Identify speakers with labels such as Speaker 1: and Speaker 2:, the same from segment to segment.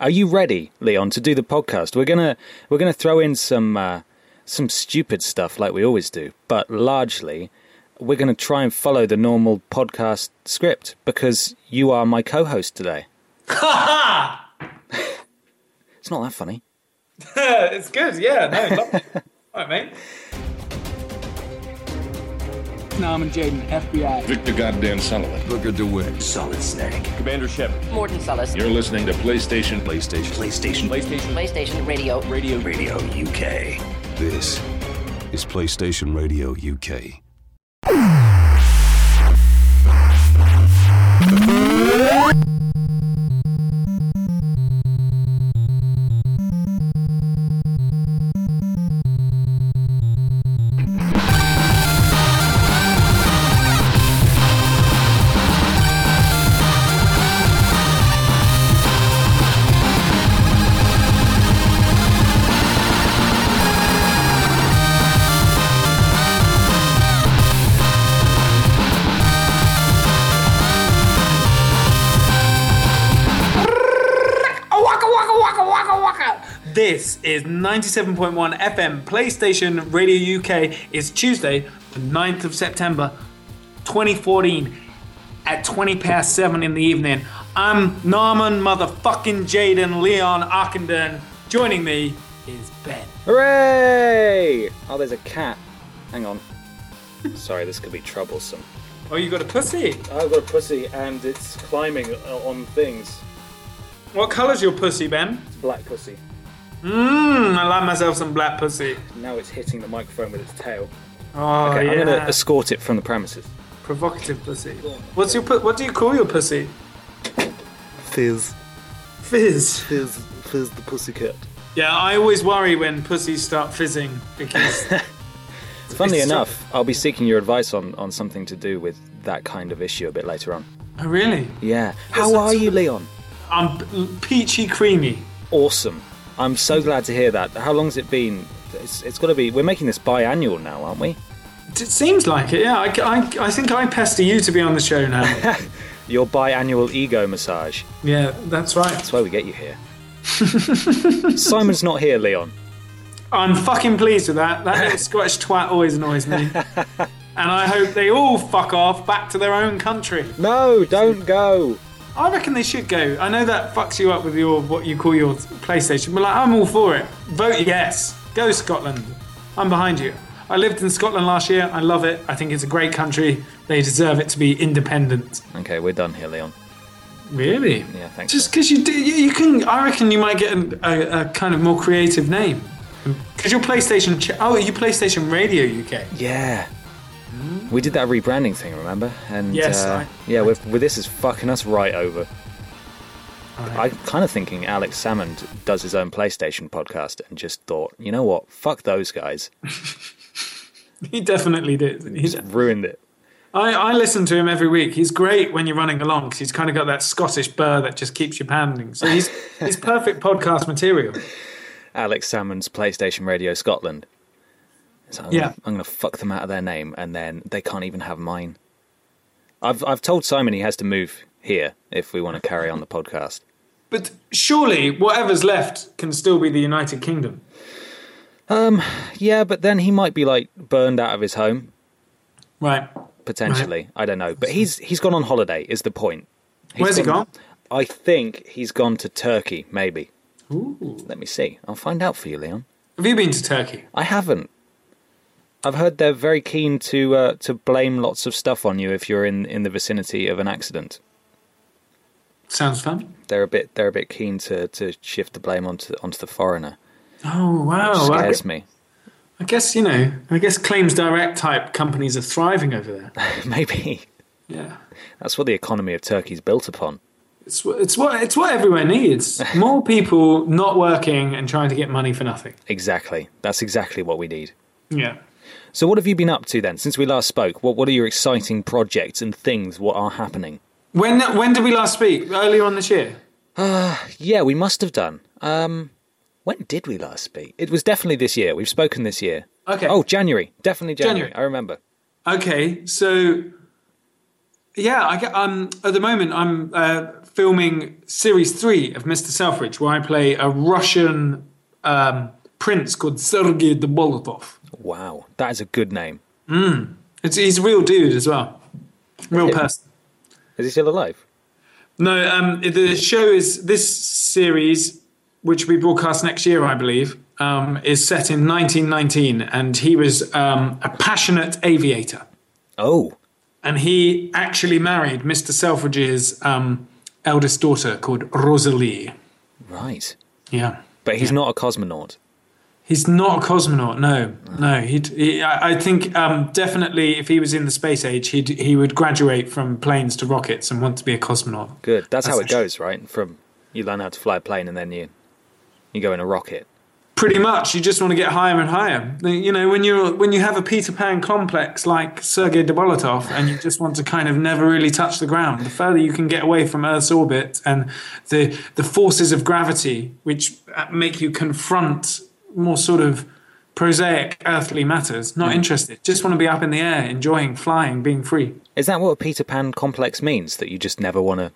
Speaker 1: Are you ready, Leon, to do the podcast? We're gonna we're gonna throw in some uh, some stupid stuff like we always do, but largely we're gonna try and follow the normal podcast script because you are my co-host today. it's not that funny.
Speaker 2: it's good. Yeah, no, lovely. All right, mate.
Speaker 3: Norman Jaden, FBI.
Speaker 4: Victor Goddamn Sullivan.
Speaker 5: Booker DeWitt.
Speaker 6: Solid Snake.
Speaker 7: Commander Shep.
Speaker 8: Morton Sullis.
Speaker 4: You're listening to PlayStation.
Speaker 6: PlayStation. PlayStation.
Speaker 7: PlayStation.
Speaker 8: PlayStation Radio.
Speaker 7: Radio.
Speaker 6: Radio UK.
Speaker 5: This is PlayStation Radio UK.
Speaker 2: Waka waka waka waka waka. This is 97.1 FM PlayStation Radio UK. It's Tuesday, the 9th of September, 2014, at 20 past 7 in the evening. I'm Norman motherfucking Jaden Leon Arkenden. Joining me is Ben.
Speaker 1: Hooray! Oh, there's a cat. Hang on. Sorry, this could be troublesome.
Speaker 2: Oh, you got a pussy?
Speaker 1: I've got a pussy and it's climbing on things.
Speaker 2: What colour's your pussy, Ben?
Speaker 1: It's black pussy.
Speaker 2: Mmm, I like myself some black pussy.
Speaker 1: Now it's hitting the microphone with its tail.
Speaker 2: Oh,
Speaker 1: Okay,
Speaker 2: yeah.
Speaker 1: I'm gonna escort it from the premises.
Speaker 2: Provocative pussy. What's your pu- what do you call your pussy?
Speaker 9: Fizz,
Speaker 2: Fizz.
Speaker 9: Fizz, Fizz the pussycat.
Speaker 2: Yeah, I always worry when pussies start fizzing because
Speaker 1: Funnily
Speaker 2: It's so-
Speaker 1: enough, I'll be seeking your advice on, on something to do with that kind of issue a bit later on.
Speaker 2: Oh, really,
Speaker 1: Yeah. How are you, Leon?
Speaker 2: I'm p- peachy creamy.
Speaker 1: Awesome. I'm so glad to hear that. How long's it been? It's, it's got to be. We're making this biannual now, aren't we?
Speaker 2: It seems like it. Yeah, I, I, I think I pester you to be on the show now.
Speaker 1: Your biannual ego massage.
Speaker 2: yeah, that's right.
Speaker 1: That's why we get you here. Simon's not here, Leon.
Speaker 2: I'm fucking pleased with that. That little Scottish twat always annoys me. And I hope they all fuck off back to their own country.
Speaker 1: No, don't go.
Speaker 2: I reckon they should go. I know that fucks you up with your what you call your PlayStation, but like I'm all for it. Vote yes. Go Scotland. I'm behind you. I lived in Scotland last year. I love it. I think it's a great country. They deserve it to be independent.
Speaker 1: Okay, we're done here, Leon.
Speaker 2: Really?
Speaker 1: Yeah, thanks.
Speaker 2: Just because you do, you, you can. I reckon you might get an, a, a kind of more creative name. Because your PlayStation. Ch- oh, you PlayStation Radio UK.
Speaker 1: Yeah. We did that rebranding thing, remember? And
Speaker 2: Hmm. Yes,
Speaker 1: uh,
Speaker 2: I-
Speaker 1: yeah, we're, we this is fucking us right over. I'm kind of thinking Alex Salmond does his own PlayStation podcast and just thought, you know what? Fuck those guys.
Speaker 2: He definitely did. He de-
Speaker 1: Ruined it.
Speaker 2: I, I listen to him every week. He's great when you're running along because he's kind of got that Scottish burr that just keeps you pounding. So he's he's perfect podcast material.
Speaker 1: Alex Salmond's PlayStation Radio Scotland. So I'm,
Speaker 2: Yeah.
Speaker 1: gonna, I'm gonna fuck them out of their name, and then they can't even have mine. I've I've told Simon he has to move here if we want to carry on the podcast.
Speaker 2: But surely whatever's left can still be the United Kingdom.
Speaker 1: Yeah, but then he might be like burned out of his home
Speaker 2: Right.
Speaker 1: potentially. I don't know, but he's he's gone on holiday. Is the point? He's
Speaker 2: Where's he
Speaker 1: I think he's gone to Turkey. Maybe.
Speaker 2: Ooh.
Speaker 1: Let me see. I'll find out for you, Leon.
Speaker 2: Have you been to Turkey?
Speaker 1: I haven't. I've heard they're very keen to uh, to blame lots of stuff on you if you're in, in the vicinity of an accident.
Speaker 2: Sounds fun.
Speaker 1: They're a bit they're a bit keen to, to shift the blame onto onto the foreigner.
Speaker 2: Oh wow. I,
Speaker 1: Scares me.
Speaker 2: I guess you know. I guess claims direct type companies are thriving over there.
Speaker 1: Maybe
Speaker 2: Yeah.
Speaker 1: that's what the economy of Turkey's built upon.
Speaker 2: It's what it's what it's what everywhere needs. More people not working and trying to get money for nothing.
Speaker 1: Exactly. That's exactly what we need.
Speaker 2: Yeah.
Speaker 1: So what have you been up to then since we last spoke? What what are your exciting projects and things what are happening?
Speaker 2: When when did we last speak? Earlier on this year.
Speaker 1: Yeah, we must have done. Um when did we last speak? It was definitely this year. We've spoken this year.
Speaker 2: Okay.
Speaker 1: Oh, January. Definitely January.
Speaker 2: January.
Speaker 1: I remember.
Speaker 2: Okay, so yeah, I get, um, at the moment I'm uh, filming series three of Mr. Selfridge, where I play a Russian um, prince called Sergei Dobolotov.
Speaker 1: Wow, that is a good name.
Speaker 2: It's, he's a real dude as well, real person.
Speaker 1: Is he still alive?
Speaker 2: No, um, the show is this series, which will be broadcast next year, I believe, um, is set in 1919, and he was um, a passionate aviator,
Speaker 1: Oh,
Speaker 2: and he actually married Mr. Selfridge's um, eldest daughter called Rosalie.
Speaker 1: right.
Speaker 2: Yeah.
Speaker 1: But he's not a cosmonaut.
Speaker 2: He's not a cosmonaut. No, no. He'd, he, I I think um, definitely, if he was in the space age, he'd he would graduate from planes to rockets and want to be a cosmonaut.
Speaker 1: Good. That's, how it
Speaker 2: That's actually-
Speaker 1: goes, right? From you learn how to fly a plane and then you you go in a rocket.
Speaker 2: pretty much you just want to get higher and higher you know when you're when you have a peter pan complex like sergei dobolotov and you just want to kind of never really touch the ground the further you can get away from earth's orbit and the the forces of gravity which uh, make you confront more sort of prosaic earthly matters not interested just want to be up in the air enjoying flying being free
Speaker 1: Is that what a Peter Pan complex means? That you just never want to.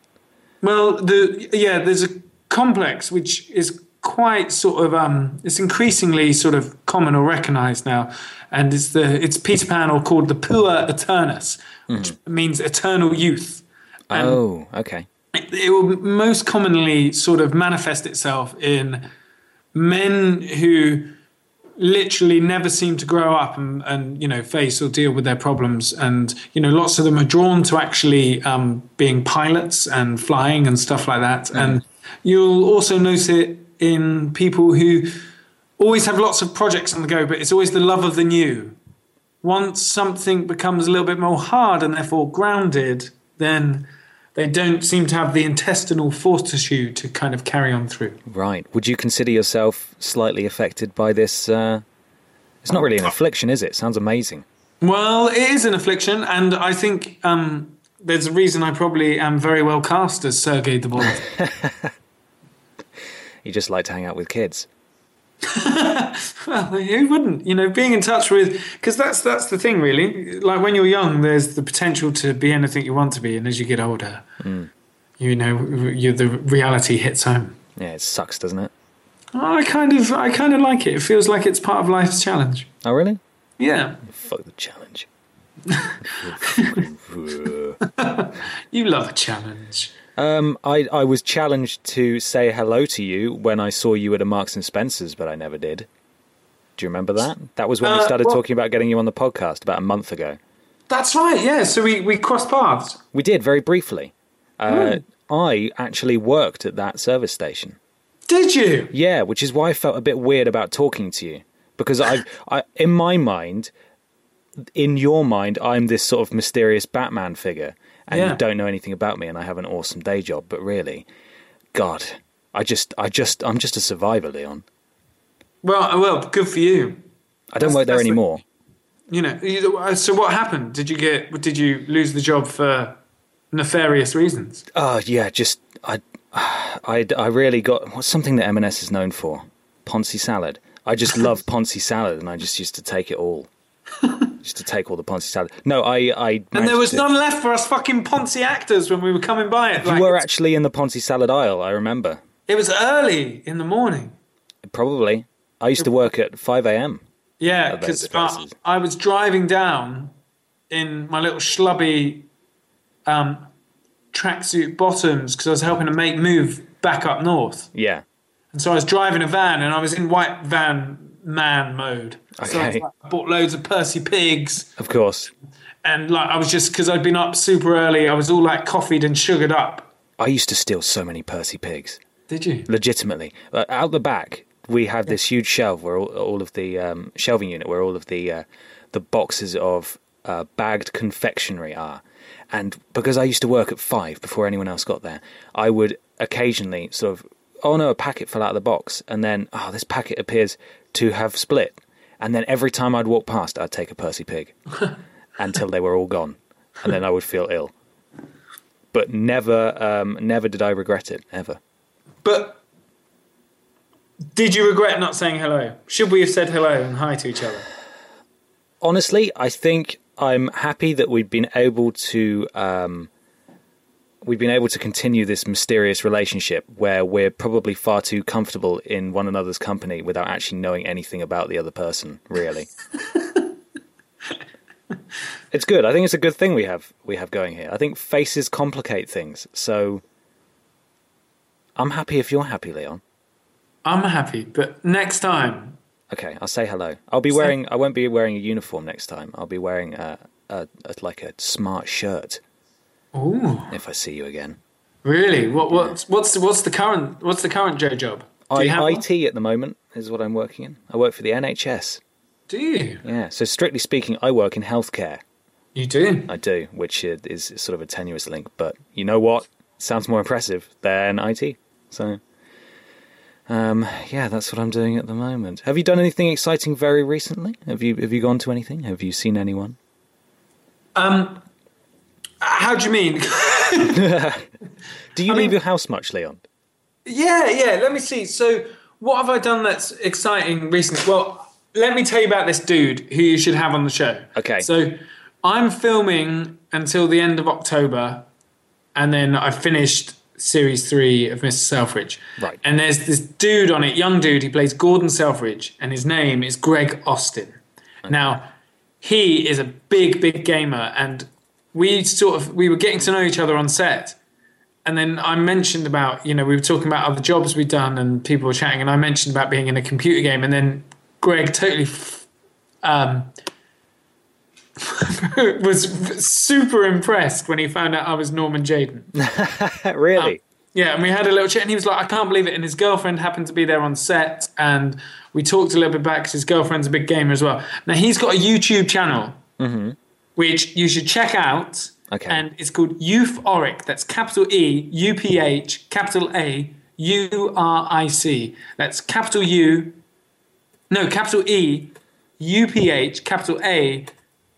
Speaker 2: Well, the yeah, there's a complex which is quite sort of um, it's increasingly sort of common or recognised now, and it's the it's Peter Pan or called the Pua Eternus, which means eternal youth. And
Speaker 1: Oh, okay.
Speaker 2: it, it will most commonly sort of manifest itself in men who literally never seem to grow up and, and you know face or deal with their problems and you know lots of them are drawn to actually um, being pilots and flying and stuff like that and you'll also notice it in people who always have lots of projects on the go but it's always the love of the new once something becomes a little bit more hard and therefore grounded then they don't seem to have the intestinal fortitude to kind of carry on through
Speaker 1: Right. Would you consider yourself slightly affected by this? Uh... It's not really an affliction, is it? Sounds amazing.
Speaker 2: Well, it is an affliction, and I think um, there's a reason I probably am very well cast as Sergei the Ball.
Speaker 1: You just like to hang out with kids.
Speaker 2: well, who wouldn't? You know, being in touch with because that's that's the thing, really. Like when you're young, there's the potential to be anything you want to be, and as you get older, you know, you, the reality hits home.
Speaker 1: Yeah, it sucks, doesn't it?
Speaker 2: I kind of, I kind of like it. It feels like it's part of life's challenge.
Speaker 1: Oh, really?
Speaker 2: Yeah,
Speaker 1: Fuck the challenge.
Speaker 2: you love a challenge.
Speaker 1: Um, I, I was challenged to say hello to you when I saw you at a Marks and Spencer's, but I never did. Do you remember that? That was when we
Speaker 2: Uh,
Speaker 1: started
Speaker 2: well-
Speaker 1: talking about getting you on the podcast about a month ago.
Speaker 2: That's right. Yeah. So we we crossed paths.
Speaker 1: We did very briefly. Uh,
Speaker 2: Hmm.
Speaker 1: I actually worked at that service station.
Speaker 2: Did you?
Speaker 1: Yeah, which is why I felt a bit weird about talking to you because I, I in my mind, in your mind, I'm this sort of mysterious Batman figure, and
Speaker 2: Yeah.
Speaker 1: you don't know anything about me, and I have an awesome day job. But really, God, I just, I just, I'm just a survivor, Leon.
Speaker 2: Well, uh, well, good for you.
Speaker 1: I don't
Speaker 2: That's-
Speaker 1: work there
Speaker 2: that's the-
Speaker 1: anymore.
Speaker 2: you know you- uh, so what happened did you get did you lose the job for nefarious reasons
Speaker 1: Oh yeah, just I, I, I really got what's something that M&S is known for, Ponzi salad. I just love Ponzi salad, and I just used to take it all, just to take all the Ponzi salad. No, I, I
Speaker 2: and there
Speaker 1: managed
Speaker 2: was
Speaker 1: to-
Speaker 2: none left for us fucking ponzi actors when we were coming by it
Speaker 1: You
Speaker 2: like,
Speaker 1: were
Speaker 2: it's-
Speaker 1: actually in the Ponzi salad aisle. I remember
Speaker 2: it was early in the morning
Speaker 1: probably. I used to work at five a.m.
Speaker 2: yeah
Speaker 1: At those
Speaker 2: because
Speaker 1: places.
Speaker 2: i was driving down in my little schlubby um, tracksuit bottoms because i was helping to make move back up north
Speaker 1: Yeah,
Speaker 2: And so I was driving a van and I was in white van man mode. So I was
Speaker 1: Okay.
Speaker 2: like, I bought loads of Percy pigs
Speaker 1: of course.
Speaker 2: and like I was just because I'd been up super early, I was all like coffeeed and sugared up.
Speaker 1: I used to steal so many Percy pigs.
Speaker 2: Did you?
Speaker 1: legitimately. Uh, out the back, we have this huge shelf where all, all of the um, shelving unit where all of the uh, the boxes of uh, bagged confectionery are. And because I used to work at five before anyone else got there, I would occasionally sort of, oh no, a packet fell out of the box, and then oh, this packet appears to have split, and then every time I'd walk past, I'd take a Percy pig until they were all gone, and then I would feel ill. But never, um, never did I regret it ever.
Speaker 2: But did you regret not saying hello? Should we have said hello and hi to each other?
Speaker 1: honestly, I think I'm happy that we've been able to um, we've been able to continue this mysterious relationship where we're probably far too comfortable in one another's company without actually knowing anything about the other person, really. it's good. I think it's a good thing we have we have going here. I think faces complicate things. So I'm happy if you're happy, Leon.
Speaker 2: I'm happy, but next time,
Speaker 1: Okay, I'll say hello. I'll be wearing. I won't be wearing a uniform next time. I'll be wearing a, a, a like a smart shirt
Speaker 2: ooh,
Speaker 1: if I see you again.
Speaker 2: really? What what's what's what's the current what's the current Joe job? Do
Speaker 1: I,
Speaker 2: you have one?
Speaker 1: IT at the moment is what I'm working in. I work for the NHS.
Speaker 2: Do you?
Speaker 1: Yeah. So strictly speaking, I work in healthcare.
Speaker 2: You do?
Speaker 1: I do, which i- is sort of a tenuous link, but you know what? Sounds more impressive than IT. So, um, yeah, that's what I'm doing at the moment. Have you done anything exciting very recently? Have you have you gone to anything? Have you seen anyone?
Speaker 2: How do you mean?
Speaker 1: Do you leave
Speaker 2: mean-
Speaker 1: your house much, Leon?
Speaker 2: Yeah, yeah. Let me see. So, what have I done that's exciting recently? Well, let me tell you about this dude who you should have on the show.
Speaker 1: Okay.
Speaker 2: So, I'm filming until the end of October, and then I finished series three of Mr. Selfridge.
Speaker 1: Right.
Speaker 2: And there's this dude on it, young dude. He plays Gordon Selfridge, and his name is Greg Austin. Now, he is a big, big gamer, and we sort of we were getting to know each other on set and then I mentioned about you know we were talking about other jobs we'd done and people were chatting and I mentioned about being in a computer game and then Greg totally f- um, was f- super impressed when he found out I was Norman Jaden.
Speaker 1: really?
Speaker 2: Yeah, and we had a little chat, and he was like, "I can't believe it." And his girlfriend happened to be there on set, and we talked a little bit back because his girlfriend's a big gamer as well. Now he's got a YouTube channel, which you should check out.
Speaker 1: Okay.
Speaker 2: And it's called Euphoric. That's capital E U P H capital A U R I C. That's capital U. No, capital E U P H capital A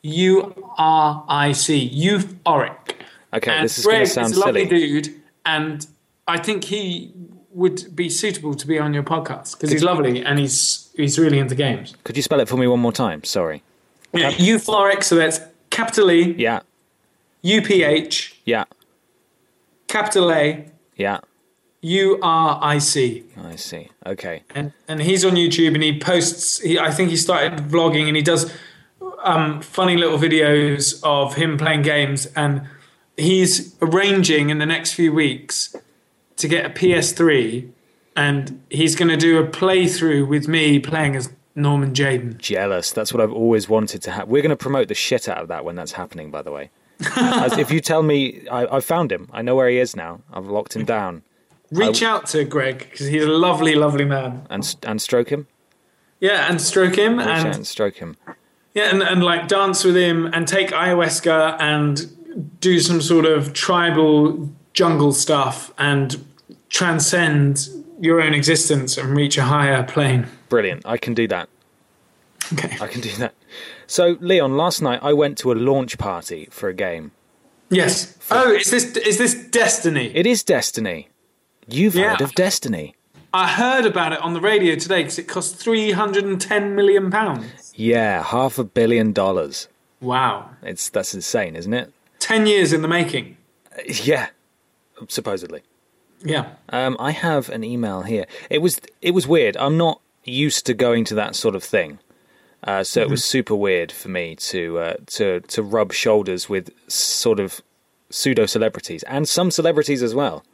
Speaker 2: U R I C. Euphoric
Speaker 1: okay,
Speaker 2: and
Speaker 1: this is going to
Speaker 2: Greg
Speaker 1: sound
Speaker 2: is a lovely
Speaker 1: silly.
Speaker 2: dude, and I think he would be suitable to be on your podcast because he's lovely and he's he's really into games.
Speaker 1: Could you spell it for me one more time? Sorry.
Speaker 2: Yeah, Euphoric, so that's capital E
Speaker 1: Yeah,
Speaker 2: U P H
Speaker 1: yeah,
Speaker 2: capital A
Speaker 1: yeah.
Speaker 2: U R I C,
Speaker 1: I see. Okay.
Speaker 2: and and he's on YouTube and he posts. He, I think he started vlogging and he does um, funny little videos of him playing games and he's arranging in the next few weeks to get a PS3 and he's going to do a playthrough with me playing as Norman Jaden.
Speaker 1: Jealous. That's what I've always wanted to have. We're going to promote the shit out of that when that's happening, by the way. As if you tell me, I, I found him. I know where he is now. I've locked him down.
Speaker 2: Reach out to Greg because he's a lovely, lovely man.
Speaker 1: And, s- and stroke him?
Speaker 2: Yeah, and stroke him
Speaker 1: Reach out
Speaker 2: and
Speaker 1: and stroke him.
Speaker 2: Yeah, and, and like dance with him and take ayahuasca and do some sort of tribal jungle stuff and transcend your own existence and reach a higher plane.
Speaker 1: Brilliant. I can do that.
Speaker 2: Okay.
Speaker 1: I can do that. So, Leon, last night I went to a launch party for a game.
Speaker 2: Yes. Oh, is this is this Destiny?
Speaker 1: It is Destiny. You've
Speaker 2: Yeah.
Speaker 1: heard of Destiny.
Speaker 2: I heard about it on the radio today because it cost three hundred and ten million pounds.
Speaker 1: Yeah, half a billion dollars.
Speaker 2: Wow.
Speaker 1: It's That's insane, isn't it?
Speaker 2: Ten years in the making.
Speaker 1: Yeah, supposedly.
Speaker 2: Yeah.
Speaker 1: Um, I have an email here. It was it was weird. I'm not used to going to that sort of thing, uh, so
Speaker 2: Mm-hmm.
Speaker 1: it was super weird for me to uh, to to rub shoulders with sort of pseudo celebrities and some celebrities as well.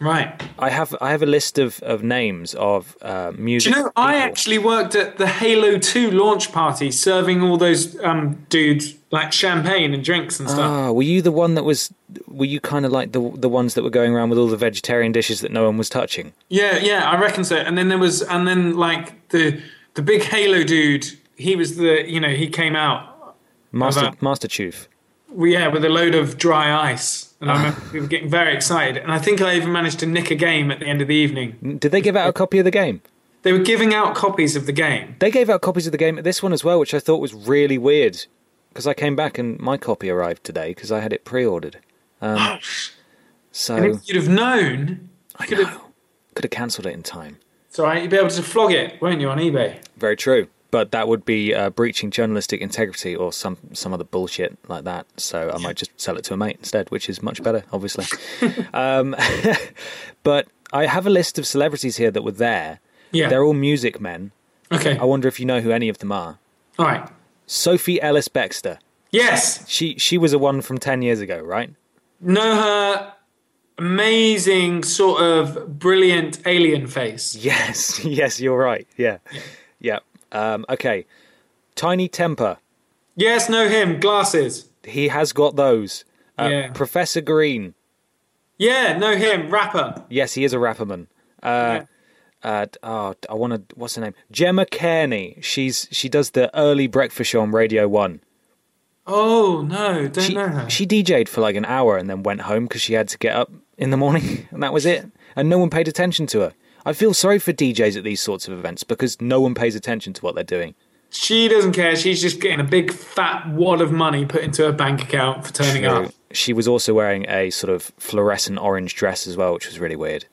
Speaker 2: Right.
Speaker 1: I have I have a list of, of names of uh,
Speaker 2: Do
Speaker 1: music.
Speaker 2: you know, I
Speaker 1: people.
Speaker 2: actually worked at the Halo 2 launch party serving all those um, dudes like champagne and drinks and stuff.
Speaker 1: Ah, were you the one that was? Were you kind of like the the ones that were going around with all the vegetarian dishes that no one was touching?
Speaker 2: Yeah, yeah, I reckon so. And then there was, and then like the the big Halo dude, he was the, you know, he came out,
Speaker 1: Master
Speaker 2: About-
Speaker 1: Master Chief.
Speaker 2: we- yeah, with a load of dry ice. And I remember we were getting very excited. And I think I even managed to nick a game at the end of the evening.
Speaker 1: Did they give out a copy of the game?
Speaker 2: They were giving out copies of the game.
Speaker 1: They gave out copies of the game at this one as well, which I thought was really weird because I came back and my copy arrived today because I had it pre-ordered. Um,
Speaker 2: And
Speaker 1: so
Speaker 2: if you'd have known, I could have.
Speaker 1: could have cancelled it in time.
Speaker 2: It's all right, you'd be able to flog it, won't you, on eBay?
Speaker 1: Very true. but that would be uh, breaching journalistic integrity or some some other bullshit like that. So I might just sell it to a mate instead, which is much better, obviously. um, but I have a list of celebrities here that were there.
Speaker 2: Yeah.
Speaker 1: They're all music men.
Speaker 2: Okay.
Speaker 1: I wonder if you know who any of them are.
Speaker 2: All right.
Speaker 1: Sophie Ellis Bextor.
Speaker 2: Yes.
Speaker 1: She she was a one from ten years ago, right?
Speaker 2: Know her amazing, sort of brilliant alien face.
Speaker 1: Yes, yes, you're right. Yeah, yeah. Um, okay, Tiny Temper.
Speaker 2: Yes, know him. Glasses.
Speaker 1: He has got those. Uh,
Speaker 2: Yeah.
Speaker 1: Professor Green.
Speaker 2: Yeah, know him. Rapper.
Speaker 1: Yes, he is a rapperman. Uh, uh, d- oh, d- I want to. What's her name? Gemma Kearney. She's she does the early breakfast show on Radio One.
Speaker 2: Oh no, don't
Speaker 1: She
Speaker 2: know her.
Speaker 1: she DJ'd for like an hour and then went home because she had to get up in the morning, and that was it. And no one paid attention to her. I feel sorry for DJs at these sorts of events because no one pays attention to what they're doing.
Speaker 2: She doesn't care. She's just getting a big fat wad of money put into her bank account for turning up.
Speaker 1: She was also wearing a sort of fluorescent orange dress as well, which was really weird.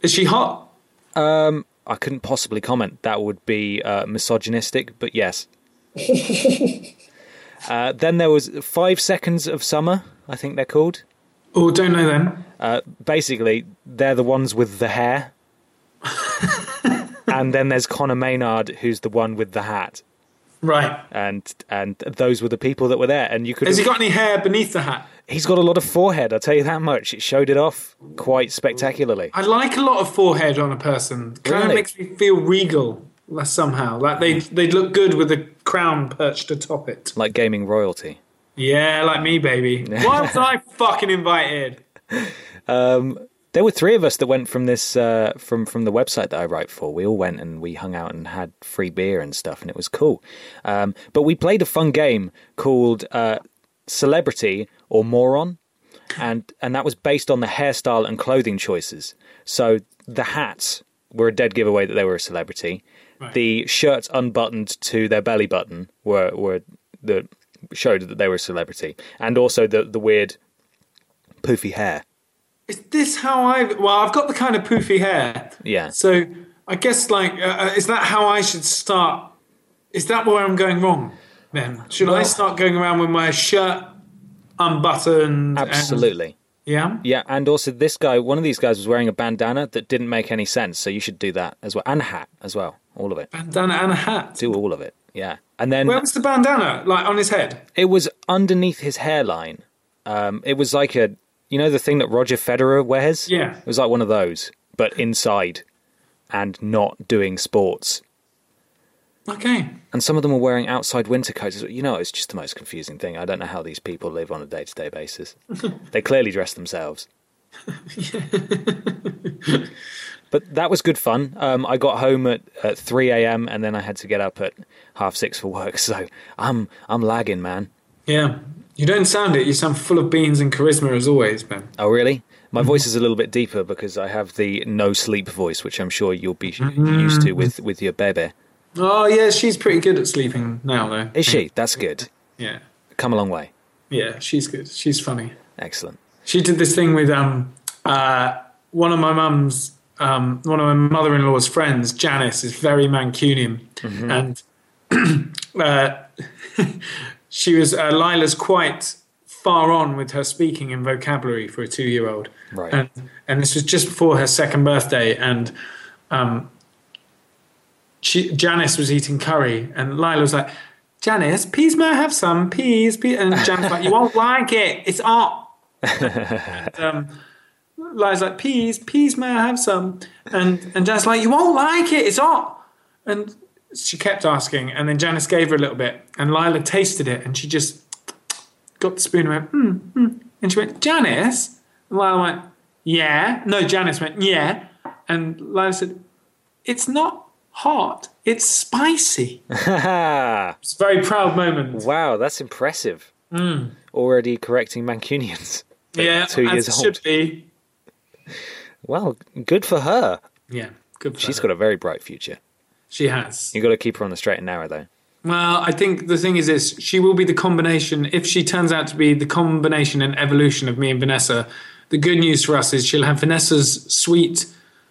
Speaker 2: Is she hot?
Speaker 1: I couldn't possibly comment. That would be uh, misogynistic, but yes. uh, then there was Five Seconds of Summer, I think they're called.
Speaker 2: Oh, don't know them.
Speaker 1: Basically, they're the ones with the hair. and then there's Connor Maynard, who's the one with the hat.
Speaker 2: Right.
Speaker 1: And and those were the people that were there. And you could
Speaker 2: Has he got any hair beneath the hat?
Speaker 1: he's got a lot of forehead, I'll tell you that much. It showed it off quite spectacularly.
Speaker 2: I like a lot of forehead on a person. Kind
Speaker 1: Really?
Speaker 2: of makes me feel regal like, somehow. Like they they look good with a crown perched atop it.
Speaker 1: Like gaming royalty.
Speaker 2: Yeah, like me, baby. Why was I fucking invited?
Speaker 1: There were three of us that went from this uh, from from the website that I write for. We all went and we hung out and had free beer and stuff, and it was cool. Um, but we played a fun game called uh, Celebrity or Moron, and and that was based on the hairstyle and clothing choices. So the hats were a dead giveaway that they were a celebrity. The shirts unbuttoned to their belly button were were the showed that they were a celebrity, and also the the weird poofy hair.
Speaker 2: Is this how I? Well, I've got the kind of poofy hair.
Speaker 1: Yeah.
Speaker 2: So I guess like, uh, uh, is that how I should start? Is that where I'm going wrong? Then should I start going around with my shirt unbuttoned? and-
Speaker 1: Absolutely.
Speaker 2: yeah.
Speaker 1: Yeah, and also this guy, one of these guys was wearing a bandana that didn't make any sense, so you should do that as well. And a hat as well. All of it.
Speaker 2: Bandana and a hat.
Speaker 1: Do all of it. Yeah. And then
Speaker 2: Where was the bandana? Like on his head?
Speaker 1: it was underneath his hairline. Um, it was like a, you know, the thing that Roger Federer wears?
Speaker 2: Yeah.
Speaker 1: It was like one of those, but inside and not doing sports.
Speaker 2: Okay.
Speaker 1: And some of them were wearing outside winter coats. You know, it's just the most confusing thing. I don't know how these people live on a day to day basis. they clearly dress themselves. but that was good fun. Um, I got home at, at 3 a.m. and then I had to get up at half six for work. So I'm, I'm lagging, man.
Speaker 2: Yeah. You don't sound it. You sound full of beans and charisma as always, Ben.
Speaker 1: Oh, really? My voice is a little bit deeper because I have the no sleep voice, which I'm sure you'll be used to with, with your bebe.
Speaker 2: Oh yeah, she's pretty good at sleeping now though.
Speaker 1: Is she? That's good.
Speaker 2: Yeah.
Speaker 1: Come a long way.
Speaker 2: Yeah, she's good. She's funny.
Speaker 1: Excellent.
Speaker 2: She did this thing with um, uh, one of my mum's, um, one of my mother-in-law's friends, Janice, is very Mancunian, and uh, she was uh, Lila's quite far on with her speaking and vocabulary for a two-year-old,
Speaker 1: Right.
Speaker 2: And and this was just before her second birthday, and um, she, Janice was eating curry, and Lila was like. Janice, please may I have some? Please, please. And Janice was like, you won't like it. It's hot. Lila's like, please, please, may I have some? And and Janice like, you won't like it. It's hot. And she kept asking, and then Janice gave her a little bit, and Lila tasted it, and she just got the spoon and went, hmm, hmm. And she went, Janice. And Lila went, yeah. No, Janice went, yeah. And Lila said, it's not hot. It's spicy.
Speaker 1: Ah.
Speaker 2: It's a very proud moment.
Speaker 1: Wow, that's impressive.
Speaker 2: Hmm.
Speaker 1: Already correcting Mancunians.
Speaker 2: Yeah,
Speaker 1: two
Speaker 2: as
Speaker 1: years
Speaker 2: it
Speaker 1: old.
Speaker 2: should be.
Speaker 1: Well, good for her.
Speaker 2: Yeah, good. For
Speaker 1: She's
Speaker 2: her.
Speaker 1: got a very bright future.
Speaker 2: She has.
Speaker 1: You got to keep her on the straight and narrow, though.
Speaker 2: Well, I think the thing is this: she will be the combination. If she turns out to be the combination and evolution of me and Vanessa, the good news for us is she'll have Vanessa's sweet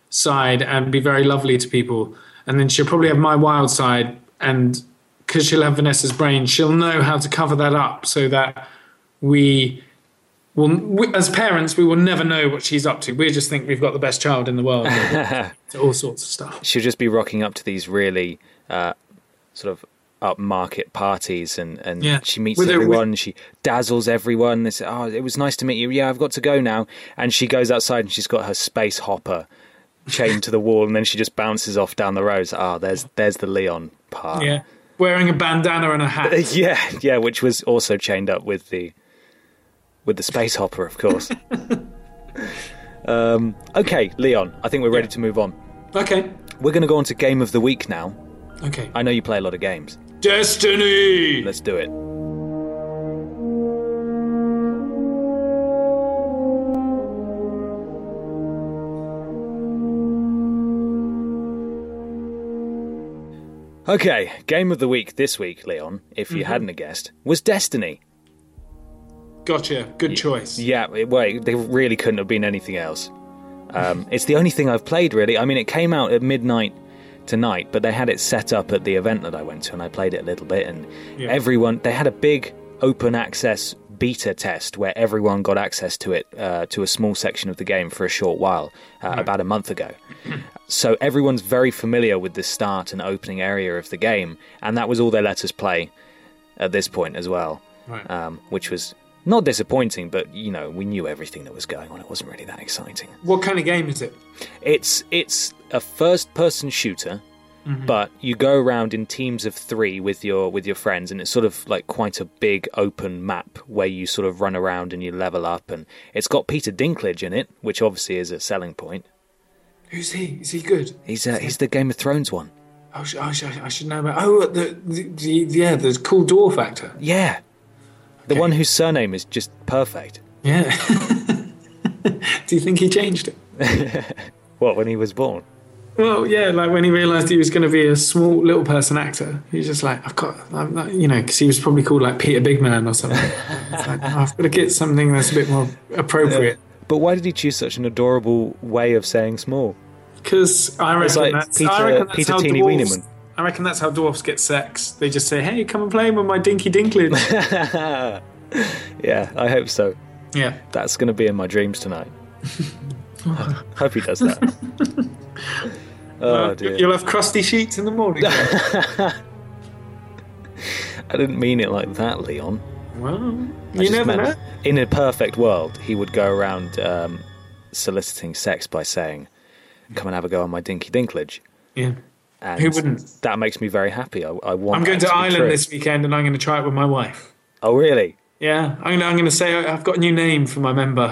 Speaker 2: side and be very lovely to people, and then she'll probably have my wild side and because she'll have Vanessa's brain, she'll know how to cover that up so that we will, we, as parents, we will never know what she's up to. We just think we've got the best child in the world, So all sorts of stuff.
Speaker 1: she'll just be rocking up to these really uh, sort of upmarket parties and, and
Speaker 2: Yeah.
Speaker 1: she meets
Speaker 2: With her-
Speaker 1: everyone she dazzles everyone they say oh it was nice to meet you yeah i've got to go now and she goes outside and she's got her space hopper chained to the wall and then she just bounces off down the road ah there's there's the leon part
Speaker 2: Yeah, wearing a bandana and a hat.
Speaker 1: yeah yeah which was also chained up with the with the space hopper of course um okay leon i think we're ready to move on
Speaker 2: Okay,
Speaker 1: we're going to go on to game of the week now
Speaker 2: okay.
Speaker 1: i know you play a lot of games
Speaker 2: Destiny.
Speaker 1: Let's do it. Okay, game of the week this week, Leon, if you hadn't guessed, was Destiny.
Speaker 2: Gotcha. Good choice.
Speaker 1: Yeah, it, well, they really couldn't have been anything else. Um, it's the only thing I've played, really. I mean, it came out at midnight tonight, but they had it set up at the event that I went to, and I played it a little bit. And everyone, they had a big open access beta test where everyone got access to it uh, to a small section of the game for a short while, uh, about a month ago. so everyone's very familiar with the start and opening area of the game, and that was all they let us play at this point as well,
Speaker 2: Right.
Speaker 1: um, which was not disappointing, but you know we knew everything that was going on. It wasn't really that exciting.
Speaker 2: What kind of game is it?
Speaker 1: It's it's a first-person shooter, but you go around in teams of three with your with your friends, and it's sort of like quite a big open map where you sort of run around and you level up, and it's got Peter Dinklage in it, which obviously is a selling point.
Speaker 2: Who's he? Is he good?
Speaker 1: He's uh, he's the Game of Thrones one.
Speaker 2: Oh, sh- I, sh- I should know about. Oh, the, the, the yeah, the cool dwarf actor.
Speaker 1: Yeah, the one whose surname is just perfect.
Speaker 2: Yeah. Do you think he changed it?
Speaker 1: What when he was born?
Speaker 2: Well, yeah, like when he realised he was going to be a small little person actor, he was just like, I've got, I'm not, you know, because he was probably called like Peter Big Man or something. It's like, "Oh, I've got to get something that's a bit more appropriate.
Speaker 1: But why did he choose such an adorable way of saying small?
Speaker 2: Because I reckon
Speaker 1: It's like
Speaker 2: that's,
Speaker 1: Peter-
Speaker 2: I reckon that's
Speaker 1: Peter
Speaker 2: how
Speaker 1: Teeny
Speaker 2: dwarfs,
Speaker 1: Weenerman.
Speaker 2: I reckon that's how dwarfs get sex. They just say, "Hey, come and play with my dinky dinklage."
Speaker 1: Yeah, I hope so.
Speaker 2: yeah.
Speaker 1: That's going to be in my dreams tonight. hope he does that. oh dear.
Speaker 2: You'll have crusty sheets in the morning.
Speaker 1: I didn't mean it like that, Leon.
Speaker 2: well,
Speaker 1: I
Speaker 2: you
Speaker 1: just
Speaker 2: never know.
Speaker 1: meant in a perfect world, he would go around um, soliciting sex by saying, "Come and have a go on my dinky dinklage."
Speaker 2: Yeah.
Speaker 1: And
Speaker 2: Who wouldn't?
Speaker 1: That makes me very happy. I, I want.
Speaker 2: I'm going
Speaker 1: that
Speaker 2: to
Speaker 1: be true.
Speaker 2: Ireland this weekend, and I'm going to try it with my wife.
Speaker 1: Oh really?
Speaker 2: Yeah, I'm gonna, I'm gonna say I- I've got a new name for my member.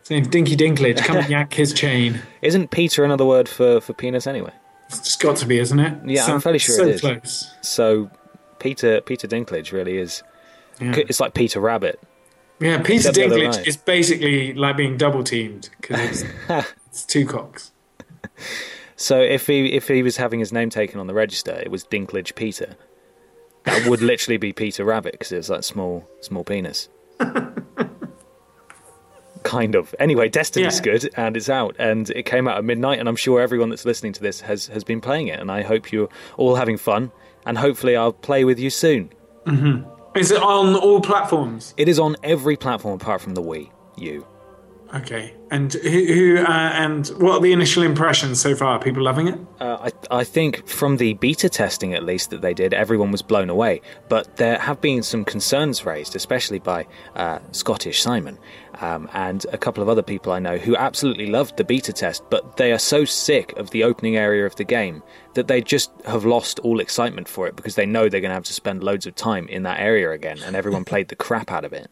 Speaker 2: His name's Dinky Dinklage. Come and yank his chain.
Speaker 1: Isn't Peter another word for, for penis anyway?
Speaker 2: It's just got to be, isn't it?
Speaker 1: Yeah, I'm
Speaker 2: Sounds
Speaker 1: fairly sure
Speaker 2: so
Speaker 1: it is.
Speaker 2: close.
Speaker 1: So Peter Peter Dinklage really is.
Speaker 2: Yeah,
Speaker 1: It's like Peter Rabbit.
Speaker 2: yeah Peter
Speaker 1: Except the other
Speaker 2: Dinklage
Speaker 1: eye.
Speaker 2: is basically like being double teamed because it's, it's two cocks.
Speaker 1: So if he if he was having his name taken on the register, it was Dinklage Peter. That would literally be Peter Rabbit because it was that small small penis. kind of. Anyway, Destiny's
Speaker 2: Yeah.
Speaker 1: good and it's out and it came out at midnight and I'm sure everyone that's listening to this has has been playing it and I hope you're all having fun and hopefully I'll play with you soon.
Speaker 2: Is it on all platforms?
Speaker 1: It is on every platform apart from the Wii U.
Speaker 2: Okay, and who, who uh, and what are the initial impressions so far? Are people loving it?
Speaker 1: Uh, I, I think from the beta testing, at least, that they did, everyone was blown away. But there have been some concerns raised, especially by uh, Scottish Simon um, and a couple of other people I know who absolutely loved the beta test, but they are so sick of the opening area of the game that they just have lost all excitement for it because they know they're going to have to spend loads of time in that area again, and everyone played the crap out of it.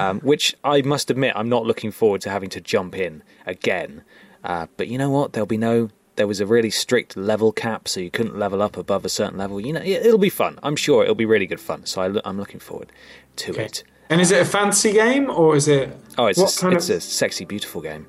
Speaker 1: Um, which I must admit, I'm not looking forward to having to jump in again. Uh, but you know what? There'll be no. There was a really strict level cap, so you couldn't level up above a certain level. You know, it- it'll be fun. I'm sure it'll be really good fun. So I lo- I'm looking forward to it.
Speaker 2: And is it a fancy game or is it?
Speaker 1: Oh, it's, a,
Speaker 2: what
Speaker 1: s-
Speaker 2: kind
Speaker 1: it's
Speaker 2: of,
Speaker 1: a sexy, beautiful game.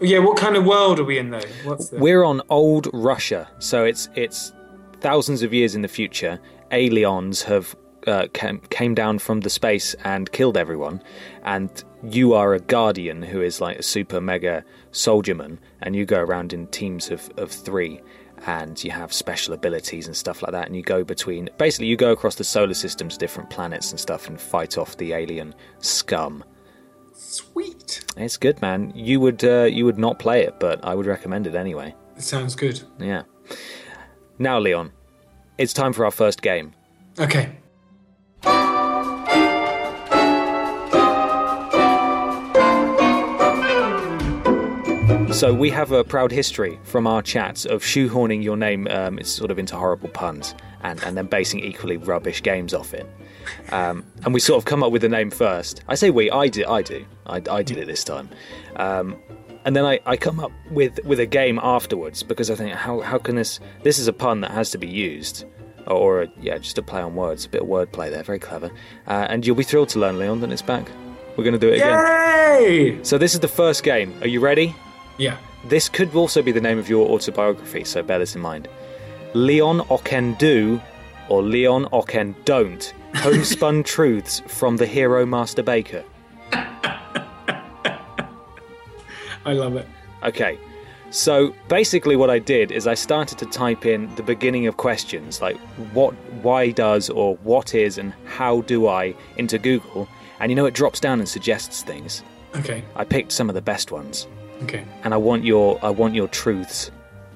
Speaker 2: yeah. What kind of world are we in though? What's the,
Speaker 1: We're on old Russia, so it's it's thousands of years in the future. Aliens have uh, came, came down from the space and killed everyone, and you are a guardian who is like a super mega soldierman, and you go around in teams of, of three, and you have special abilities and stuff like that. And you go between basically you go across the solar system's different planets and stuff and fight off the alien scum.
Speaker 2: Sweet.
Speaker 1: It's good, man. You would uh, you would not play it, but I would recommend it anyway.
Speaker 2: It sounds good.
Speaker 1: Yeah. Now, Leon, it's time for our first game.
Speaker 2: Okay.
Speaker 1: So we have a proud history from our chats of shoehorning your name um, it's sort of into horrible puns and, and then basing equally rubbish games off it. Um, and we sort of come up with the name first. I say we, I do, I do, I, I did it this time. Um, and then I, I come up with, with a game afterwards because I think how, how can this this is a pun that has to be used or, or a, yeah just a play on words a bit of wordplay there very clever uh, and you'll be thrilled to learn Leon that it's back we're gonna do it again
Speaker 2: Yay!
Speaker 1: so this is the first game are you ready
Speaker 2: Yeah.
Speaker 1: this could also be the name of your autobiography, so bear this in mind. Leon Oken Do or Leon Oken Don't. Homespun truths from the hero Master Baker.
Speaker 2: I love it.
Speaker 1: Okay. So basically what I did is I started to type in the beginning of questions like what why does or what is and how do I into Google and you know it drops down and suggests things.
Speaker 2: Okay.
Speaker 1: I picked some of the best ones.
Speaker 2: Okay.
Speaker 1: and I want your I want your truths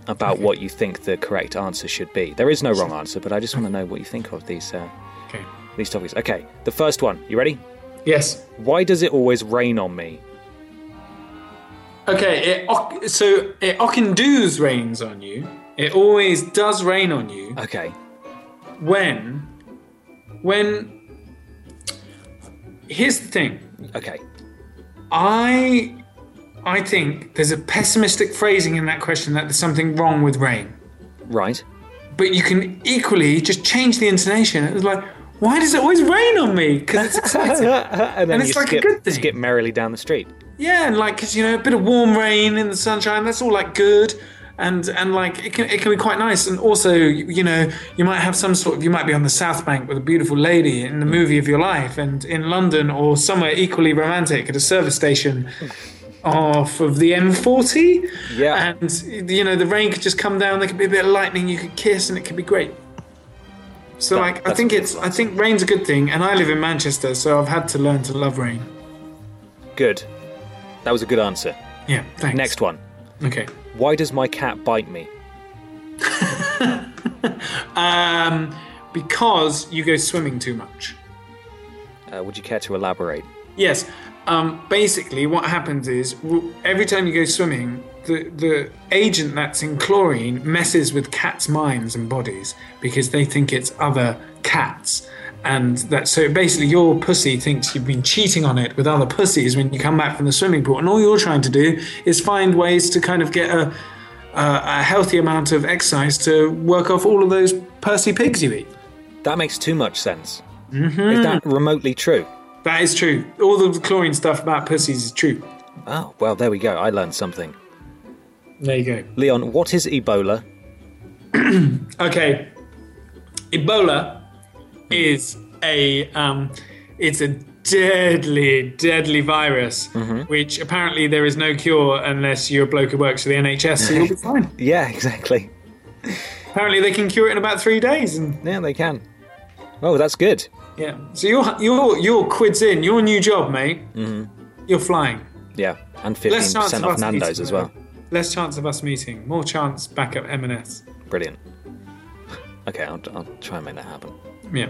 Speaker 1: about what you think the correct answer should be. There is no wrong answer, but I just want to know what you think of these uh,
Speaker 2: Okay.
Speaker 1: these topics. Okay, the first one. You ready?
Speaker 2: Yes.
Speaker 1: Why does it always rain on me?
Speaker 2: Okay. It, oc- so it often does rains on you. It always does rain on you
Speaker 1: Okay,
Speaker 2: when, when. Here's the thing.
Speaker 1: okay,
Speaker 2: I, I think there's a pessimistic phrasing in that question that there's something wrong with rain.
Speaker 1: right.
Speaker 2: But you can equally just change the intonation. It was like, why does it always rain on me? Because it's exciting.
Speaker 1: and then you
Speaker 2: it's like a
Speaker 1: skip,
Speaker 2: good thing.
Speaker 1: skip merrily down the street.
Speaker 2: Yeah, and like 'cause, you know, a bit of warm rain in the sunshine, that's all like good, and and like it can it can be quite nice. And also, you, you know, you might have some sort of you might be on the South Bank with a beautiful lady in the movie of your life, and in London or somewhere equally romantic at a service station off of the M40.
Speaker 1: Yeah.
Speaker 2: and you know the rain could just come down. There could be a bit of lightning. You could kiss, and it could be great. So like I
Speaker 1: that's
Speaker 2: think
Speaker 1: a good
Speaker 2: it's I think rain's a good thing, and I live in Manchester, so I've had to learn to love rain.
Speaker 1: Good. That was a good answer.
Speaker 2: Yeah, thanks.
Speaker 1: Next one.
Speaker 2: Okay.
Speaker 1: Why does my cat bite me?
Speaker 2: Um, because you go swimming too much.
Speaker 1: Uh, would you care to elaborate?
Speaker 2: Yes. Um, basically, what happens is w- every time you go swimming, the, the agent that's in chlorine messes with cats' minds and bodies because they think it's other cats. And that so basically, your pussy thinks you've been cheating on it with other pussies when you come back from the swimming pool. And all you're trying to do is find ways to kind of get a, a, a healthy amount of exercise to work off all of those Percy pigs you eat.
Speaker 1: That makes too much sense. Is that remotely true?
Speaker 2: That is true. All the chlorine stuff about pussies is true.
Speaker 1: Oh, well, there we go. I learned something.
Speaker 2: There you go.
Speaker 1: Leon, what is Ebola?
Speaker 2: Okay. Ebola is a um, it's a deadly, deadly virus, which apparently there is no cure unless you're a bloke who works for the NHS, so you'll be fine.
Speaker 1: Yeah, exactly.
Speaker 2: Apparently they can cure it in about three days, and
Speaker 1: Yeah, they can. Oh, that's good.
Speaker 2: yeah. So you're you're you're quids in your new job, mate. You're flying.
Speaker 1: Yeah, and fifteen
Speaker 2: Less chance
Speaker 1: percent
Speaker 2: of
Speaker 1: off
Speaker 2: us meeting
Speaker 1: Nando's as well.
Speaker 2: Less chance of us meeting. More chance back at M&S.
Speaker 1: Brilliant. Okay, I'll, I'll try and make that happen.
Speaker 2: Yeah.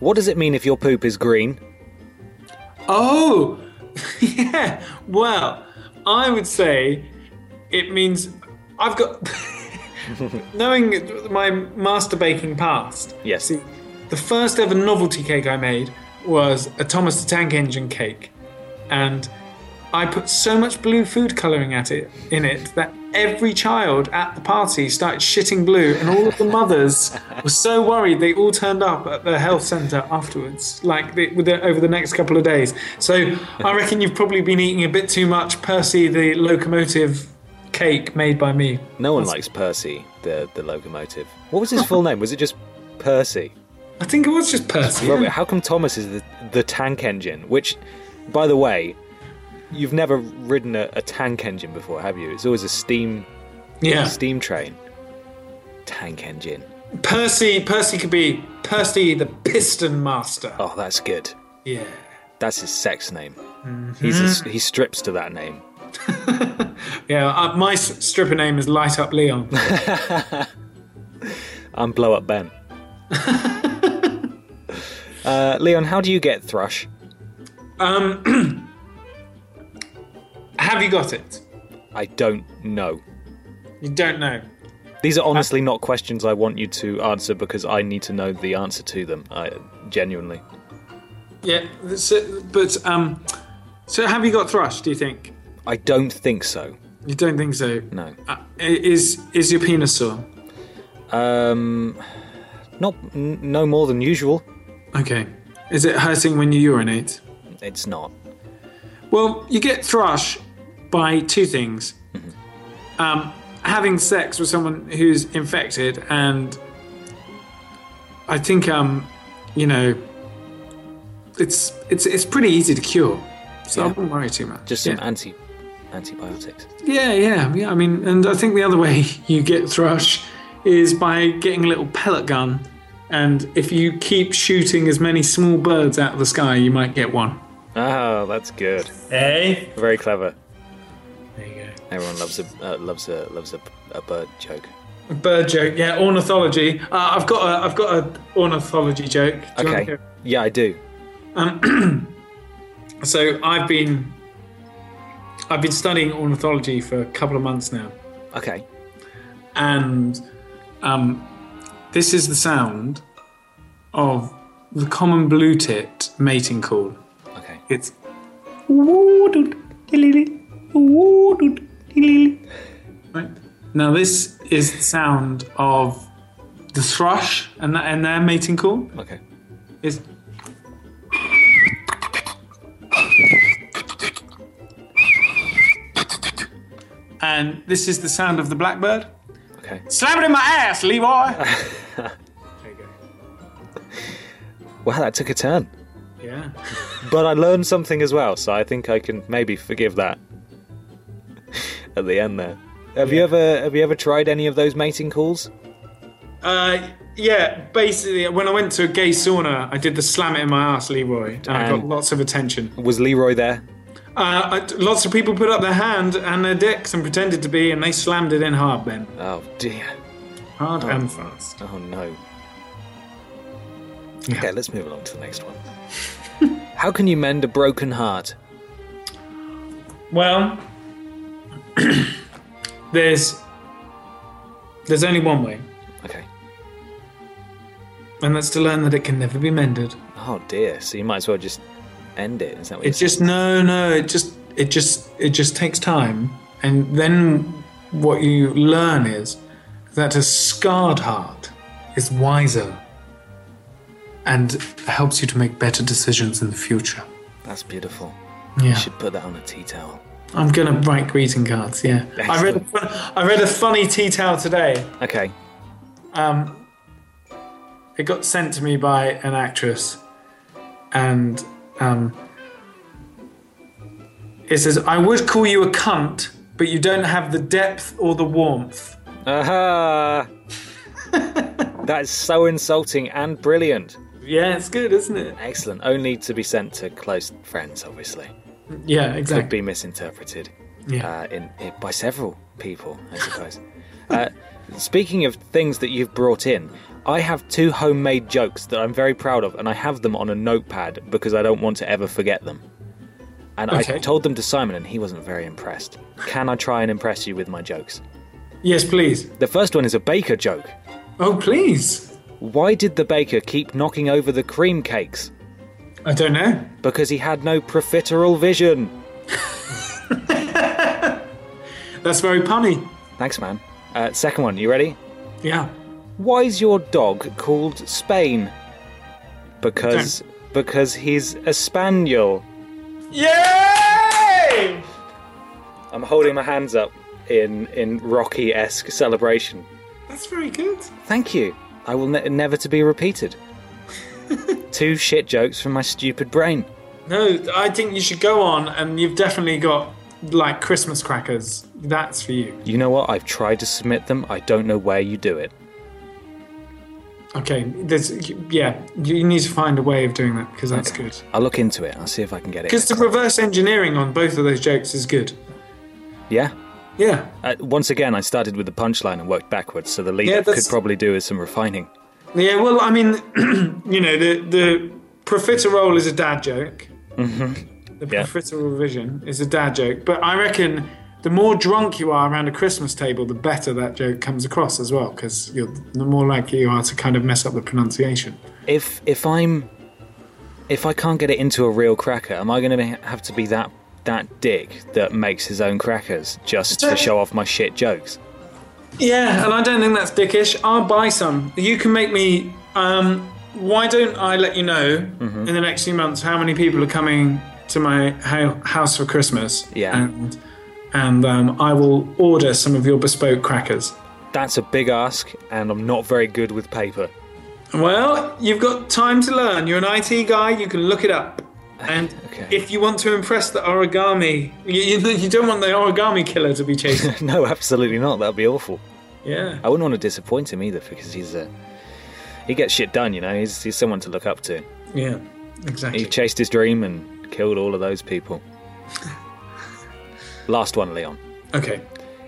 Speaker 1: What does it mean if your poop is green?
Speaker 2: Oh, yeah. Well, I would say it means I've got. knowing my master baking past,
Speaker 1: Yes.
Speaker 2: See, the first ever novelty cake I made was a Thomas the Tank Engine cake, and I put so much blue food colouring at it in it that every child at the party started shitting blue, and all of the mothers were so worried they all turned up at the health centre afterwards, like the, with the, over the next couple of days. So I reckon you've probably been eating a bit too much Percy the locomotive cake made by me.
Speaker 1: No one likes Percy, the the locomotive. What was his full name? Was it just Percy?
Speaker 2: I think it was just Percy.
Speaker 1: Robert, how come Thomas is the, the tank engine? Which, by the way, you've never ridden a, a tank engine before, have you? It's always a steam
Speaker 2: Yeah.
Speaker 1: steam train. tank engine.
Speaker 2: Percy, Percy could be Percy the Piston Master.
Speaker 1: Oh, that's good.
Speaker 2: Yeah.
Speaker 1: That's his sex name.
Speaker 2: Mm-hmm.
Speaker 1: He's a, he strips to that name.
Speaker 2: Yeah, uh, my s- stripper name is Light Up Leon.
Speaker 1: I'm blow up Ben. uh, Leon, how do you get thrush?
Speaker 2: Have you got it?
Speaker 1: I don't know.
Speaker 2: You don't know.
Speaker 1: These are honestly not questions I want you to answer because I need to know the answer to them. I genuinely.
Speaker 2: Yeah, so, but um, so have you got thrush? Do you think?
Speaker 1: I don't think so.
Speaker 2: You don't think so?
Speaker 1: No.
Speaker 2: Uh, i- is is your penis sore?
Speaker 1: Um, not n- no more than usual.
Speaker 2: Okay. Is it hurting when you urinate?
Speaker 1: It's not.
Speaker 2: Well, you get thrush by two things:
Speaker 1: Mm-hmm.
Speaker 2: um, having sex with someone who's infected, and I think um, you know, it's it's it's pretty easy to cure. So I wouldn't worry too much.
Speaker 1: Just
Speaker 2: yeah.
Speaker 1: some anti antibiotics.
Speaker 2: Yeah, yeah, yeah. I mean, and I think the other way you get thrush is by getting a little pellet gun, and if you keep shooting as many small birds out of the sky, you might get one.
Speaker 1: Ah, that's good.
Speaker 2: Hey,
Speaker 1: Very clever.
Speaker 2: there you
Speaker 1: Everyone loves a uh, loves a loves a, a bird joke.
Speaker 2: go. Bird joke. Yeah, ornithology. Uh, I've got a, I've got an ornithology joke. Do you want to
Speaker 1: Okay.
Speaker 2: hear
Speaker 1: Yeah, I do.
Speaker 2: it? So I've been, I've been studying ornithology for a couple of months now,
Speaker 1: Okay.
Speaker 2: and um, this is the sound of the common blue tit mating call.
Speaker 1: Okay.
Speaker 2: It's right. Now this is the sound of the thrush and that, and their mating call
Speaker 1: Okay.
Speaker 2: is And this is the sound of the blackbird.
Speaker 1: Okay.
Speaker 2: Slam it in my ass, Leroy. there you go.
Speaker 1: Wow, that took a turn.
Speaker 2: Yeah.
Speaker 1: But I learned something as well, so I think I can maybe forgive that at the end there. Have you ever have you ever tried any of those mating calls?
Speaker 2: Uh, yeah, basically, when I went to a gay sauna, I did the slam it in my ass, Leroy, and I got
Speaker 1: And-
Speaker 2: lots of attention.
Speaker 1: Was Leroy there?
Speaker 2: Uh, I, lots of people put up their hand and their dicks and pretended to be, and they slammed it in hard then.
Speaker 1: Oh dear.
Speaker 2: Hard and fast.
Speaker 1: Oh no. Okay, let's move along to the next one. How can you mend a broken heart?
Speaker 2: Well, there's there's only one way,
Speaker 1: Okay.
Speaker 2: and that's to learn that it can never be mended.
Speaker 1: Oh dear. So you might as well just end it. Is that what
Speaker 2: It's
Speaker 1: you're
Speaker 2: just no, no. It just it just it just takes time, and then what you learn is that a scarred heart is wiser and helps you to make better decisions in the future.
Speaker 1: That's beautiful.
Speaker 2: Yeah.
Speaker 1: You should put that on a tea towel.
Speaker 2: I'm gonna write greeting cards. Yeah, I read a
Speaker 1: Excellent.
Speaker 2: fun, I read a funny tea towel today.
Speaker 1: Okay.
Speaker 2: Um, it got sent to me by an actress, and um, it says, "I would call you a cunt, but you don't have the depth or the warmth."
Speaker 1: Aha! that is so insulting and brilliant.
Speaker 2: Yeah, it's good, isn't it?
Speaker 1: Excellent. Only to be sent to close friends, obviously.
Speaker 2: Yeah,
Speaker 1: Could
Speaker 2: exactly.
Speaker 1: be misinterpreted
Speaker 2: Yeah.
Speaker 1: uh, in, in, by several people, I suppose. uh, speaking of things that you've brought in, I have two homemade jokes that I'm very proud of, and I have them on a notepad because I don't want to ever forget them. And I
Speaker 2: Okay.
Speaker 1: told them to Simon, and he wasn't very impressed. Can I try and impress you with my jokes?
Speaker 2: Yes, please.
Speaker 1: The first one is a baker joke.
Speaker 2: Oh, please.
Speaker 1: Why did the baker keep knocking over the cream cakes?
Speaker 2: I don't know.
Speaker 1: Because he had no profiterole vision.
Speaker 2: That's very punny.
Speaker 1: Thanks, man. Uh, second one, you ready?
Speaker 2: Yeah.
Speaker 1: Why's your dog called Spain? Because because he's a spaniel.
Speaker 2: Yay!
Speaker 1: I'm holding my hands up in in Rocky-esque celebration.
Speaker 2: That's very good.
Speaker 1: Thank you. I will ne- never to be repeated. Two shit jokes from my stupid brain.
Speaker 2: No, I think you should go on, and you've definitely got like Christmas crackers. That's for you.
Speaker 1: You know what? I've tried to submit them. I don't know where you do it.
Speaker 2: Okay, there's yeah. You need to find a way of doing that because that's good.
Speaker 1: I'll look into it. I'll see if I can get it.
Speaker 2: Because the reverse engineering on both of those jokes is good.
Speaker 1: yeah.
Speaker 2: Yeah,
Speaker 1: Uh, once again, I started with the punchline and worked backwards, so the lead
Speaker 2: Yeah,
Speaker 1: could
Speaker 2: that's-
Speaker 1: probably do with some refining.
Speaker 2: yeah. Well, I mean, you know, the the profiterole is a dad joke. Mm-hmm. The
Speaker 1: Yeah.
Speaker 2: profiterole vision is a dad joke, but I reckon the more drunk you are around a Christmas table, the better that joke comes across as well. Because you're the more likely you are to kind of mess up the pronunciation.
Speaker 1: If if I'm if I can't get it into a real cracker, am I going to have to be that that dick that makes his own crackers just to show off my shit jokes?
Speaker 2: Yeah, and I don't think that's dickish. I'll buy some. You can make me. Um, why don't I let you know
Speaker 1: Mm-hmm.
Speaker 2: in the next few months how many people are coming to my ho- house for Christmas?
Speaker 1: Yeah.
Speaker 2: And, and um, I will order some of your bespoke crackers.
Speaker 1: That's a big ask, and I'm not very good with paper.
Speaker 2: Well, you've got time to learn. You're an IT guy, you can look it up. And
Speaker 1: Okay.
Speaker 2: if you want to impress the origami, you, you, you don't want the origami killer to be chasing.
Speaker 1: No, absolutely not. That'd be awful.
Speaker 2: yeah.
Speaker 1: I wouldn't want to disappoint him either because he's a he gets shit done. You know, he's he's someone to look up to.
Speaker 2: Yeah.
Speaker 1: He
Speaker 2: Exactly.
Speaker 1: chased his dream and killed all of those people. Last one, Leon.
Speaker 2: Okay.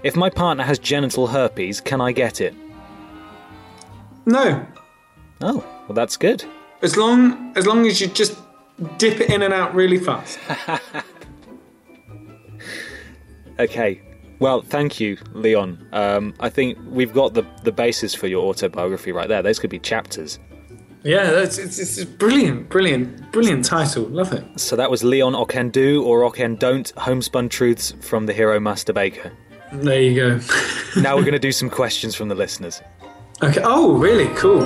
Speaker 1: If my partner has genital herpes, can I get it?
Speaker 2: No,
Speaker 1: Oh, well, that's good.
Speaker 2: As long as long as you just dip it in and out really fast.
Speaker 1: Okay. Well, thank you, Leon. Um, I think we've got the, the basis for your autobiography right there. Those could be chapters.
Speaker 2: Yeah, that's it's, it's a brilliant, brilliant, brilliant title. Love it.
Speaker 1: So that was Leon or Can Do or or Can Don't Homespun Truths from the Hero Master Baker.
Speaker 2: There you go.
Speaker 1: Now we're going to do some questions from the listeners.
Speaker 2: Okay. Oh, really cool.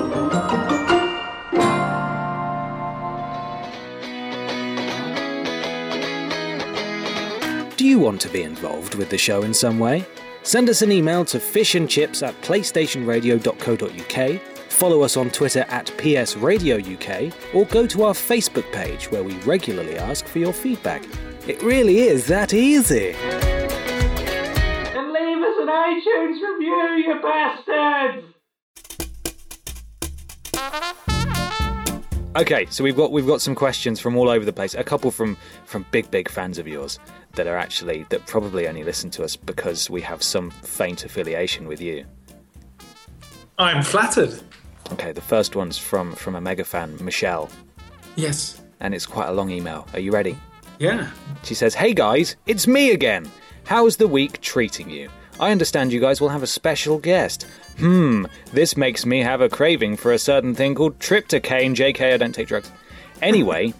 Speaker 7: Do you want to be involved with the show in some way? Send us an email to fishandchips at playstationradio.co.uk, follow us on Twitter at PSRadioUK, or go to our Facebook page where we regularly ask for your feedback. It really is that easy.
Speaker 2: And leave us an iTunes review, you bastards.
Speaker 1: Okay, so we've got we've got some questions from all over the place. A couple from from big big fans of yours that are actually that probably only listen to us because we have some faint affiliation with you.
Speaker 2: I'm flattered.
Speaker 1: Okay, the first one's from from a mega fan, Michelle,
Speaker 2: Yes.
Speaker 1: and it's quite a long email. Are you ready?
Speaker 2: Yeah.
Speaker 1: She says, "Hey guys, it's me again. How's the week treating you? I understand you guys will have a special guest. Hmm, this makes me have a craving for a certain thing called tryptocane. JK, I don't take drugs. Anyway,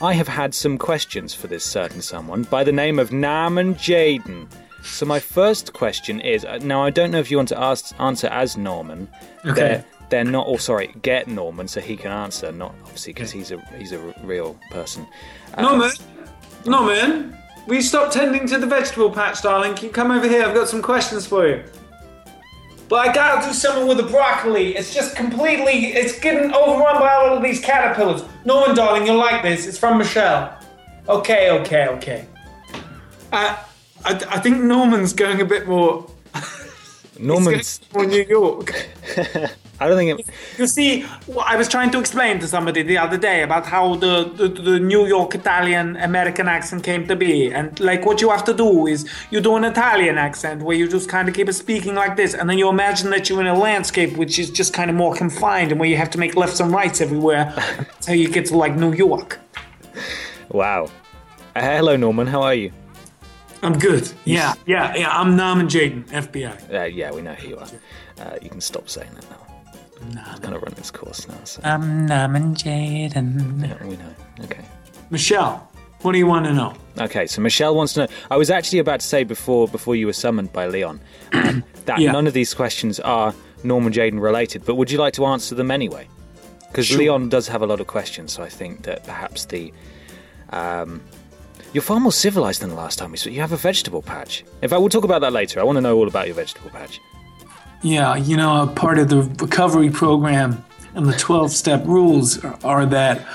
Speaker 1: I have had some questions for this certain someone by the name of Naaman Jaden. So my first question is uh, now I don't know if you want to ask, answer as Norman. They're, they're not. Oh, sorry, get Norman so he can answer. Not obviously because he's a he's a r- real person. Uh,
Speaker 2: Norman, Norman, will you stop tending to the vegetable patch, darling? Can you come over here? I've got some questions for you. But I gotta do something with the broccoli. It's just completely, it's getting overrun by all of these caterpillars. Norman, darling, you'll like this. It's from Michelle. Okay, okay, okay. Uh, I, I think Norman's going a bit more,
Speaker 1: Norman's.
Speaker 2: more New York.
Speaker 1: I don't think it,
Speaker 2: You see, wh- I was trying to explain to somebody the other day about how the, the, the New York Italian American accent came to be. And like what you have to do is you do an Italian accent where you just kind of keep speaking like this. And then you imagine that you're in a landscape which is just kind of more confined and where you have to make lefts and rights everywhere. That's how you get to like New York.
Speaker 1: Wow. Uh, hello, Norman. How are you?
Speaker 2: I'm good. Yeah, yeah, yeah. I'm Norman Jaden, FBI.
Speaker 1: Uh, yeah, we know who you are. Uh, you can stop saying that now. It's kind of run its course now. So
Speaker 2: I'm Norman Jaden.
Speaker 1: yeah, we know. Okay.
Speaker 2: Michelle, what do you want to know?
Speaker 1: Okay. So Michelle wants to know. I was actually about to say before before you were summoned by Leon um, that
Speaker 2: Yeah.
Speaker 1: none of these questions are Norman Jaden related. But would you like to answer them anyway? Because Leon does have a lot of questions, so I think that perhaps the um, you're far more civilized than the last time we spoke. You have a vegetable patch. In fact, we'll talk about that later. I want to know all about your vegetable patch.
Speaker 2: Yeah, you know, a part of the recovery program and the 12 step rules are, are that,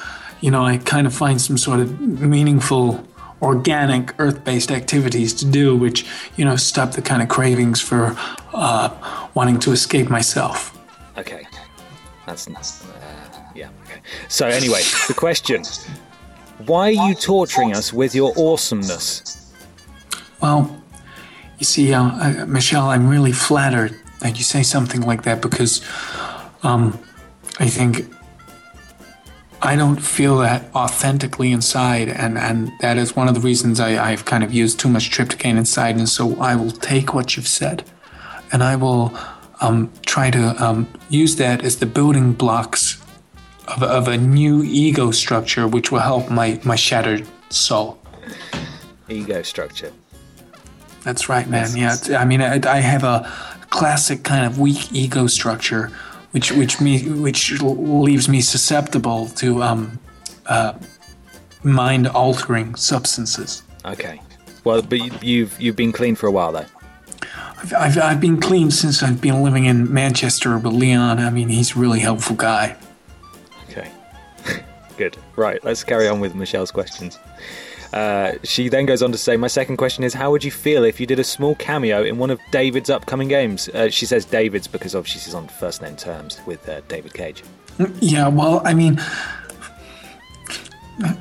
Speaker 2: you know, I kind of find some sort of meaningful, organic, earth based activities to do, which, you know, stop the kind of cravings for uh, wanting to escape myself.
Speaker 1: Okay. That's nuts. yeah. Okay. So anyway, the question: Why are you torturing us with your awesomeness?
Speaker 2: Well, you see, uh, uh, Michelle, I'm really flattered that you say something like that because um, I think I don't feel that authentically inside, and, and that is one of the reasons I, I've kind of used too much tryptocan inside, and so I will take what you've said and I will um, try to um, use that as the building blocks of, of a new ego structure which will help my, my shattered soul.
Speaker 1: Ego structure.
Speaker 2: That's right, man. Yeah, it's- I mean, I, I have a classic kind of weak ego structure, which which me which l- leaves me susceptible to um, uh, mind altering substances.
Speaker 1: Okay. Well, but you- you've you've been clean for a while though.
Speaker 2: I've, I've I've been clean since I've been living in Manchester with Leon. I mean, he's a really helpful guy.
Speaker 1: Okay. Good. Right, let's carry on with Michelle's questions. Uh, she then goes on to say, My second question is How would you feel if you did a small cameo in one of David's upcoming games? Uh, she says David's because obviously she's on first name terms with uh, David Cage.
Speaker 2: Yeah, well, I mean,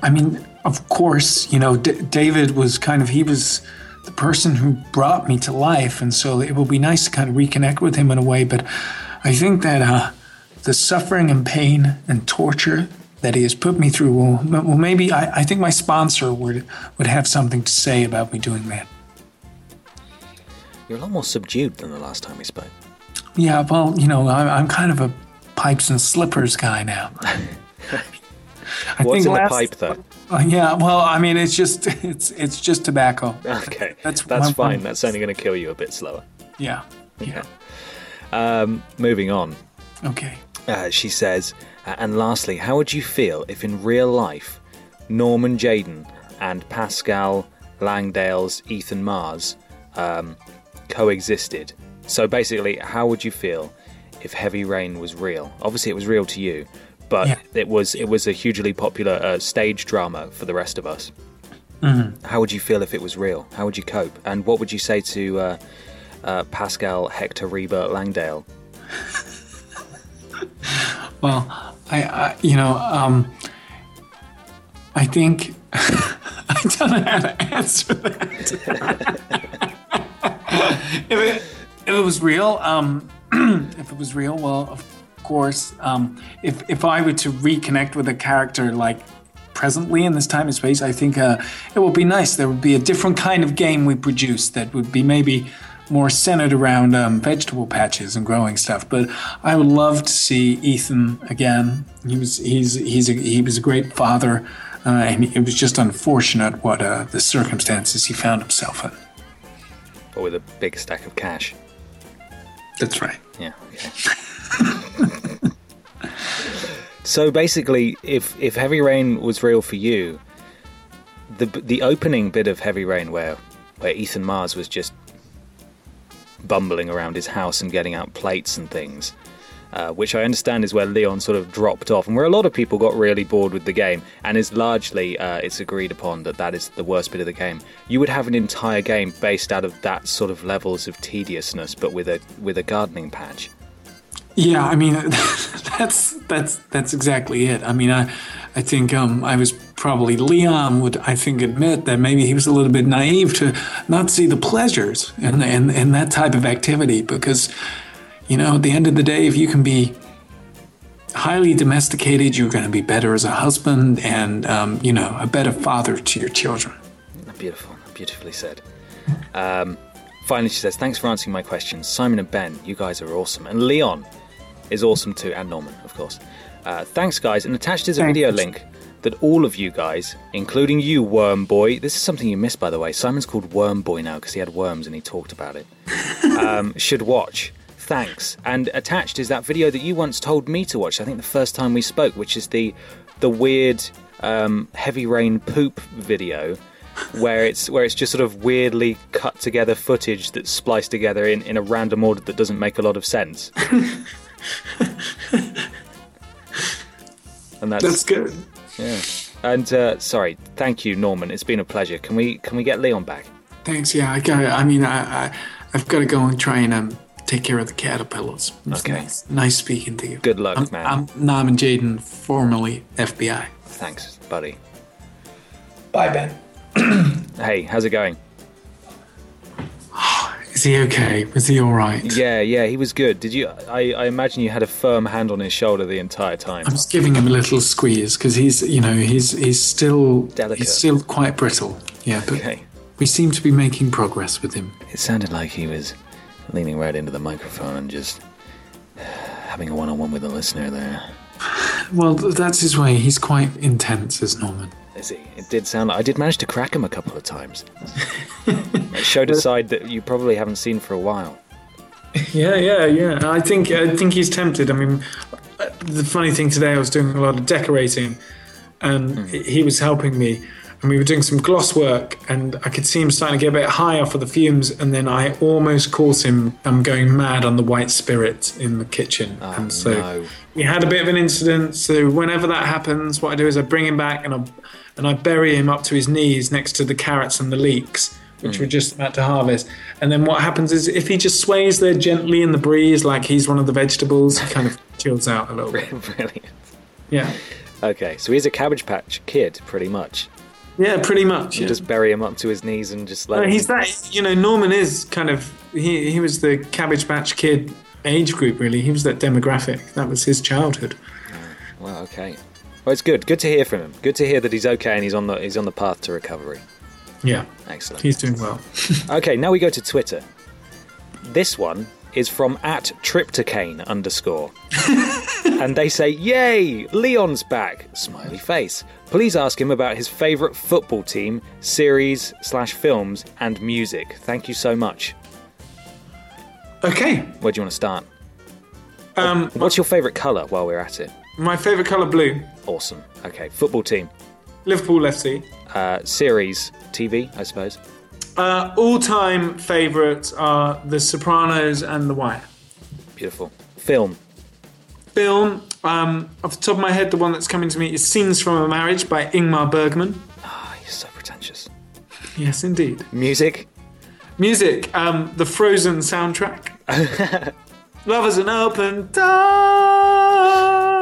Speaker 2: I mean, of course, you know, D- David was kind of he was the person who brought me to life, and so it would be nice to kind of reconnect with him in a way. But I think that uh, the suffering and pain and torture that he has put me through will, well, maybe I, I think my sponsor would would have something to say about me doing that.
Speaker 1: You're a lot more subdued than the last time we spoke.
Speaker 2: Yeah, well, you know, I'm, I'm kind of a pipes and slippers guy now. I
Speaker 1: What's in the
Speaker 2: last-
Speaker 1: pipe, though?
Speaker 2: Uh, yeah, well, I mean, it's just it's it's just tobacco.
Speaker 1: Okay, that's,
Speaker 2: That's my
Speaker 1: fine.
Speaker 2: problem.
Speaker 1: That's only going to kill you a bit slower.
Speaker 2: Yeah, yeah.
Speaker 1: Moving on.
Speaker 2: Okay.
Speaker 1: Uh, she says, uh, and lastly, how would you feel if in real life Norman Jaden and Pascal Langdale's Ethan Mars um, coexisted? So basically, how would you feel if Heavy Rain was real? Obviously, it was real to you, but
Speaker 2: Yeah.
Speaker 1: it was it was a hugely popular uh, stage drama for the rest of us. How would you feel if it was real? How would you cope? And what would you say to uh, uh, Pascal Hector Reba Langdale?
Speaker 2: Well, I, I you know, um, I think I don't know how to answer that. if, it, if it was real, um, if it was real, well, of course, um, if if I were to reconnect with a character like presently in this time and space, I think uh, it would be nice. There would be a different kind of game we produce that would be maybe more centered around um, vegetable patches and growing stuff. But I would love to see Ethan again. He was he's he's a, he was a great father, uh, and it was just unfortunate what uh, the circumstances he found himself in.
Speaker 1: Or with a big stack of cash?
Speaker 2: That's right.
Speaker 1: Yeah. Okay. so basically, if if Heavy Rain was real for you, the the opening bit of Heavy Rain where where Ethan Mars was just bumbling around his house and getting out plates and things. Uh, which I understand is where Leon sort of dropped off, and where a lot of people got really bored with the game, and is largely uh, it's agreed upon that that is the worst bit of the game. You would have an entire game based out of that sort of levels of tediousness, but with a with a gardening patch.
Speaker 2: Yeah, I mean, that's that's that's exactly it. I mean, I I think um, I was probably Leon would I think admit that maybe he was a little bit naive to not see the pleasures and and and that type of activity because, you know, at the end of the day, if you can be highly domesticated, you're going to be better as a husband and um, you know a better father to your children.
Speaker 1: Beautiful, beautifully said. Um, finally, she says, "Thanks for answering my questions, Simon and Ben. You guys are awesome, and Leon is awesome too, and Norman, of course. Uh, thanks, guys. And attached is a
Speaker 2: Thanks.
Speaker 1: video link that all of you guys, including you, Worm Boy. This is something you missed, by the way. Simon's called Worm Boy now because he had worms and he talked about it. Um, should watch." Thanks. And attached is that video that you once told me to watch. I think the first time we spoke, which is the the weird um, heavy rain poop video where it's where it's just sort of weirdly cut together footage that's spliced together in, in a random order that doesn't make a lot of sense. and that's,
Speaker 2: good.
Speaker 1: and uh, sorry, thank you, Norman. It's been a pleasure. Can we can we get Leon back?
Speaker 2: Thanks. Yeah, I got. I mean, I, I I've got to go and try and um, take care of the caterpillars. It's
Speaker 1: Okay.
Speaker 2: Nice, nice speaking to you.
Speaker 1: Good luck,
Speaker 2: I'm,
Speaker 1: man.
Speaker 2: I'm Nam and Jaden, formerly FBI.
Speaker 1: Thanks, buddy.
Speaker 2: Bye, Ben.
Speaker 1: Hey, how's it going?
Speaker 2: Is he okay? Is he all right?
Speaker 1: Yeah, yeah, he was good. Did you? I, I imagine you had a firm hand on his shoulder the entire time.
Speaker 2: I'm just giving him a little squeeze because he's, you know, he's he's still
Speaker 1: Delicate.
Speaker 2: He's still quite brittle. Yeah, but
Speaker 1: Okay.
Speaker 2: we seem to be making progress with him.
Speaker 1: It sounded like he was leaning right into the microphone and just having a one-on-one with the listener there.
Speaker 2: Well, th- that's his way. He's quite intense, is Norman.
Speaker 1: Is he? It did sound like I did manage to crack him a couple of times. it showed a side that you probably haven't seen for a while.
Speaker 2: Yeah, yeah, yeah. I think I think he's tempted. I mean, uh, the funny thing today, I was doing a lot of decorating, and he- he was helping me, and we were doing some gloss work, and I could see him starting to get a bit high off of the fumes, and then I almost caught him um, going mad on the white spirit in the kitchen, and so
Speaker 1: no.
Speaker 2: we had a bit of an incident. So whenever that happens, what I do is I bring him back and I and I bury him up to his knees next to the carrots and the leeks, which we're just about to harvest. And then what happens is if he just sways there gently in the breeze, like he's one of the vegetables, he kind of chills out a little bit.
Speaker 1: Brilliant.
Speaker 2: Yeah,
Speaker 1: Okay, so he's a cabbage patch kid, pretty much.
Speaker 2: yeah, pretty much.
Speaker 1: You
Speaker 2: yeah.
Speaker 1: just bury him up to his knees and just let
Speaker 2: No,
Speaker 1: him.
Speaker 2: he's that. You know, Norman is kind of he. He was the Cabbage Patch Kid age group. Really, he was that demographic. That was his childhood.
Speaker 1: Well, okay. Well, it's good. Good to hear from him. Good to hear that he's okay and he's on the he's on the path to recovery.
Speaker 2: Yeah,
Speaker 1: Excellent.
Speaker 2: he's doing well.
Speaker 1: Okay, now we go to Twitter. This one is from at triptocane underscore. and they say, Yay! Leon's back! Smiley face. Please ask him about his favourite football team, series slash films, and music. Thank you so much.
Speaker 2: Okay,
Speaker 1: Where do you want to start? Um, What's your favourite colour while we're at it?
Speaker 2: my favorite color blue.
Speaker 1: Awesome. Okay, football team.
Speaker 2: Liverpool FC.
Speaker 1: Uh, series, TV, I suppose.
Speaker 2: Uh, all-time favourites are The Sopranos and The Wire.
Speaker 1: Beautiful. Film.
Speaker 2: Film, um, off the top of my head, the one that's coming to me is Scenes from a Marriage by Ingmar Bergman.
Speaker 1: Oh, you're so pretentious.
Speaker 2: Yes, indeed.
Speaker 1: Music.
Speaker 2: Music, um, the Frozen soundtrack. Love is an open door.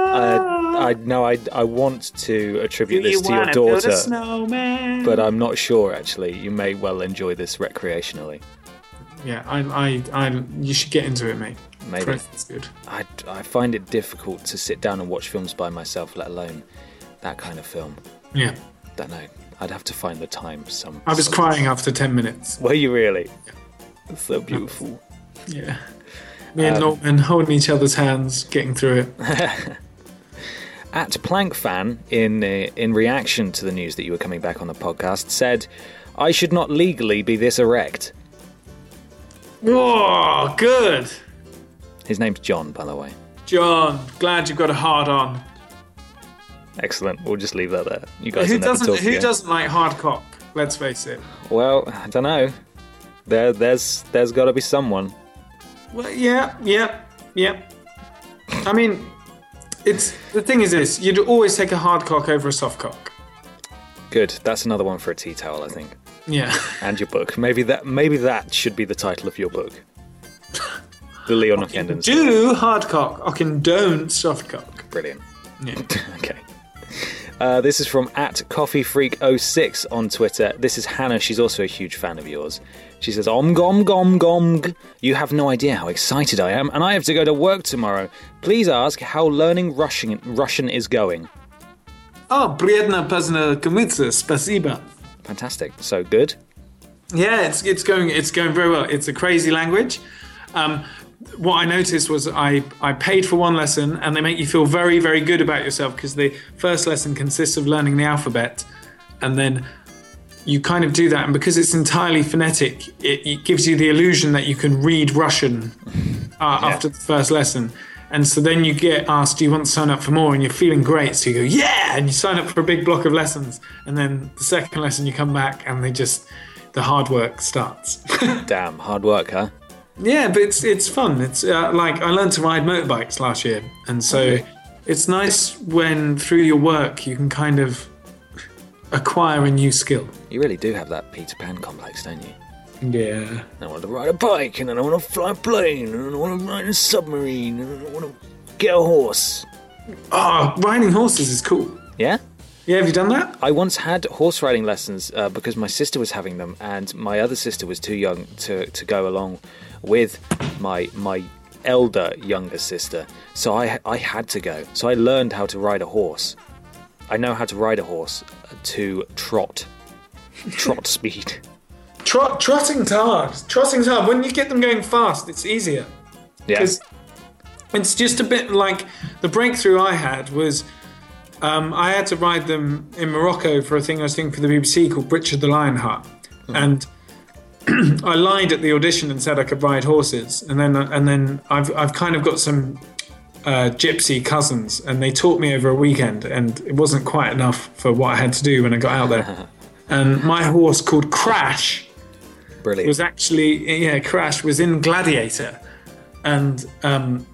Speaker 1: Uh, I no, I I want to attribute
Speaker 2: you
Speaker 1: this to your
Speaker 2: wanna build a
Speaker 1: daughter,
Speaker 2: snowman?
Speaker 1: but I'm not sure. Actually, you may well enjoy this recreationally.
Speaker 2: yeah, I, I, I, you should get into it, mate.
Speaker 1: Maybe.
Speaker 2: Frozen's good.
Speaker 1: I I find it difficult to sit down and watch films by myself, let alone that kind of film.
Speaker 2: Yeah,
Speaker 1: Don't know. I'd have to find the time. Some.
Speaker 2: I was
Speaker 1: some-
Speaker 2: crying after ten minutes.
Speaker 1: Were you really? It's so beautiful.
Speaker 2: Yeah. Me
Speaker 1: Um,
Speaker 2: and Norman holding each other's hands, getting through it.
Speaker 1: At Plank Fan, in uh, in reaction to the news that you were coming back on the podcast, said, "I should not legally be this erect."
Speaker 2: Whoa, good.
Speaker 1: His name's John, by the way.
Speaker 2: John, glad you got a hard on.
Speaker 1: Excellent. We'll just leave that there. You guys.
Speaker 2: who
Speaker 1: will never
Speaker 2: doesn't
Speaker 1: talk
Speaker 2: who
Speaker 1: again.
Speaker 2: doesn't like hard cock? Let's face it.
Speaker 1: Well, I don't know. There, there's, there's got to be someone.
Speaker 2: Well, yeah, yeah, yeah. I mean, it's the thing is this, you'd always take a hard cock over a soft cock.
Speaker 1: Good. That's another one for a tea towel, I think.
Speaker 2: Yeah.
Speaker 1: And your book. Maybe that, maybe that should be the title of your book. The Leon of Hendon.
Speaker 2: Do hard cock. I condone soft cock.
Speaker 1: Brilliant.
Speaker 2: Yeah.
Speaker 1: okay. Uh, this is from at Coffee Freak 06 on Twitter. This is Hannah. She's also a huge fan of yours. She says, Om gom gom gom. g. You have no idea how excited I am, and I have to go to work tomorrow. Please ask how learning Russian Russian is going.
Speaker 2: Oh, приятно познакомиться, спасибо.
Speaker 1: Fantastic. So good.
Speaker 2: Yeah, it's it's going it's going very well. It's a crazy language. Um, what I noticed was I, I paid for one lesson and they make you feel very very good about yourself because the first lesson consists of learning the alphabet and then you kind of do that and because it's entirely phonetic it, it gives you the illusion that you can read Russian uh, after the first lesson and so then you get asked do you want to sign up for more and you're feeling great so you go yeah and you sign up for a big block of lessons and then the second lesson you come back and they just the hard work starts.
Speaker 1: Damn, hard work, huh?
Speaker 2: yeah, but it's it's fun. It's uh, like I learned to ride motorbikes last year, and so it's nice when through your work you can kind of acquire a new skill.
Speaker 1: You really do have that Peter Pan complex, don't you?
Speaker 2: Yeah.
Speaker 1: I want to ride a bike, and then I want to fly a plane, and I want to ride a submarine, and I want to get a horse.
Speaker 2: Oh, riding horses is cool.
Speaker 1: Yeah?
Speaker 2: Yeah, have you done that?
Speaker 1: I once had horse riding lessons uh, because my sister was having them, and my other sister was too young to, to go along with my my elder younger sister. So I I had to go. So I learned how to ride a horse. I know how to ride a horse uh, to trot, trot speed.
Speaker 2: Trot, trotting's hard. Trotting's hard. When you get them going fast, it's easier.
Speaker 1: Yeah,
Speaker 2: Because it's just a bit like the breakthrough I had was um, I had to ride them in Morocco for a thing I was doing for the BBC called Richard the Lionheart. And I lied at the audition and said I could ride horses. And then and then I've, I've kind of got some uh, gypsy cousins and they taught me over a weekend and it wasn't quite enough for what I had to do when I got out there. and my horse called Crash
Speaker 1: brilliant.
Speaker 2: was actually yeah crash was in gladiator and um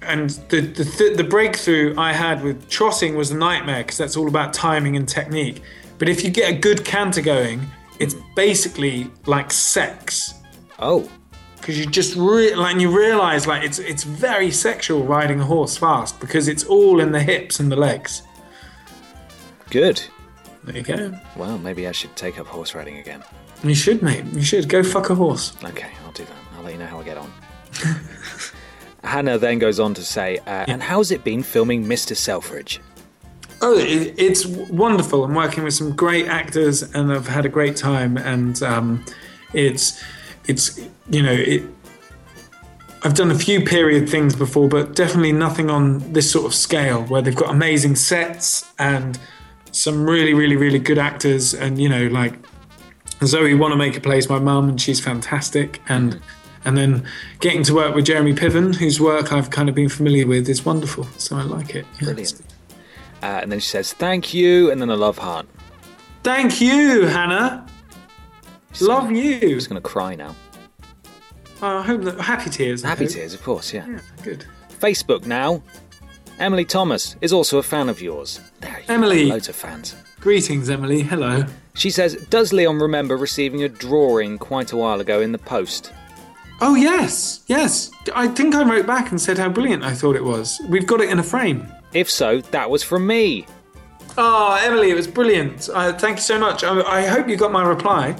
Speaker 2: and the the, th- the breakthrough i had with trotting was a nightmare because that's all about timing and technique but if you get a good canter going it's basically like sex
Speaker 1: oh,
Speaker 2: because you just re- like you realize like it's it's very sexual riding a horse fast because it's all in the hips and the legs
Speaker 1: good.
Speaker 2: there you go
Speaker 1: Well, maybe I should take up horse riding again.
Speaker 2: you should mate you should go fuck a horse
Speaker 1: Okay, I'll do that. I'll let you know how I get on. Hannah then goes on to say, uh, "And how's it been filming Mr. Selfridge?"
Speaker 2: Oh, it, it's wonderful. I'm working with some great actors, and I've had a great time. And um, it's, it's, you know, it. I've done a few period things before, but definitely nothing on this sort of scale where they've got amazing sets and some really, really, really good actors. And you know, like Zoe Wanamaker plays my mum, and she's fantastic. And and then getting to work with Jeremy Piven, whose work I've kind of been familiar with, is wonderful. So I like it. Yeah, it's-
Speaker 1: Brilliant. Uh, and then she says, "Thank you," and then a love heart.
Speaker 2: Thank you, Hannah. Love you.
Speaker 1: Just gonna cry now.
Speaker 2: Oh, I hope that happy tears. I
Speaker 1: Happy
Speaker 2: hope.
Speaker 1: tears, of course. Yeah.
Speaker 2: Good.
Speaker 1: Facebook now. Emily Thomas is also a fan of yours. There you go,
Speaker 2: Emily.
Speaker 1: loads of fans.
Speaker 2: Greetings, Emily. Hello.
Speaker 1: She says, "Does Leon remember receiving a drawing quite a while ago in the post?"
Speaker 2: Oh yes, yes. I think I wrote back and said how brilliant I thought it was. We've got it in a frame.
Speaker 1: If so, that was from me.
Speaker 2: Oh, Emily, it was brilliant. Uh, thank you so much. I, I hope you got my reply.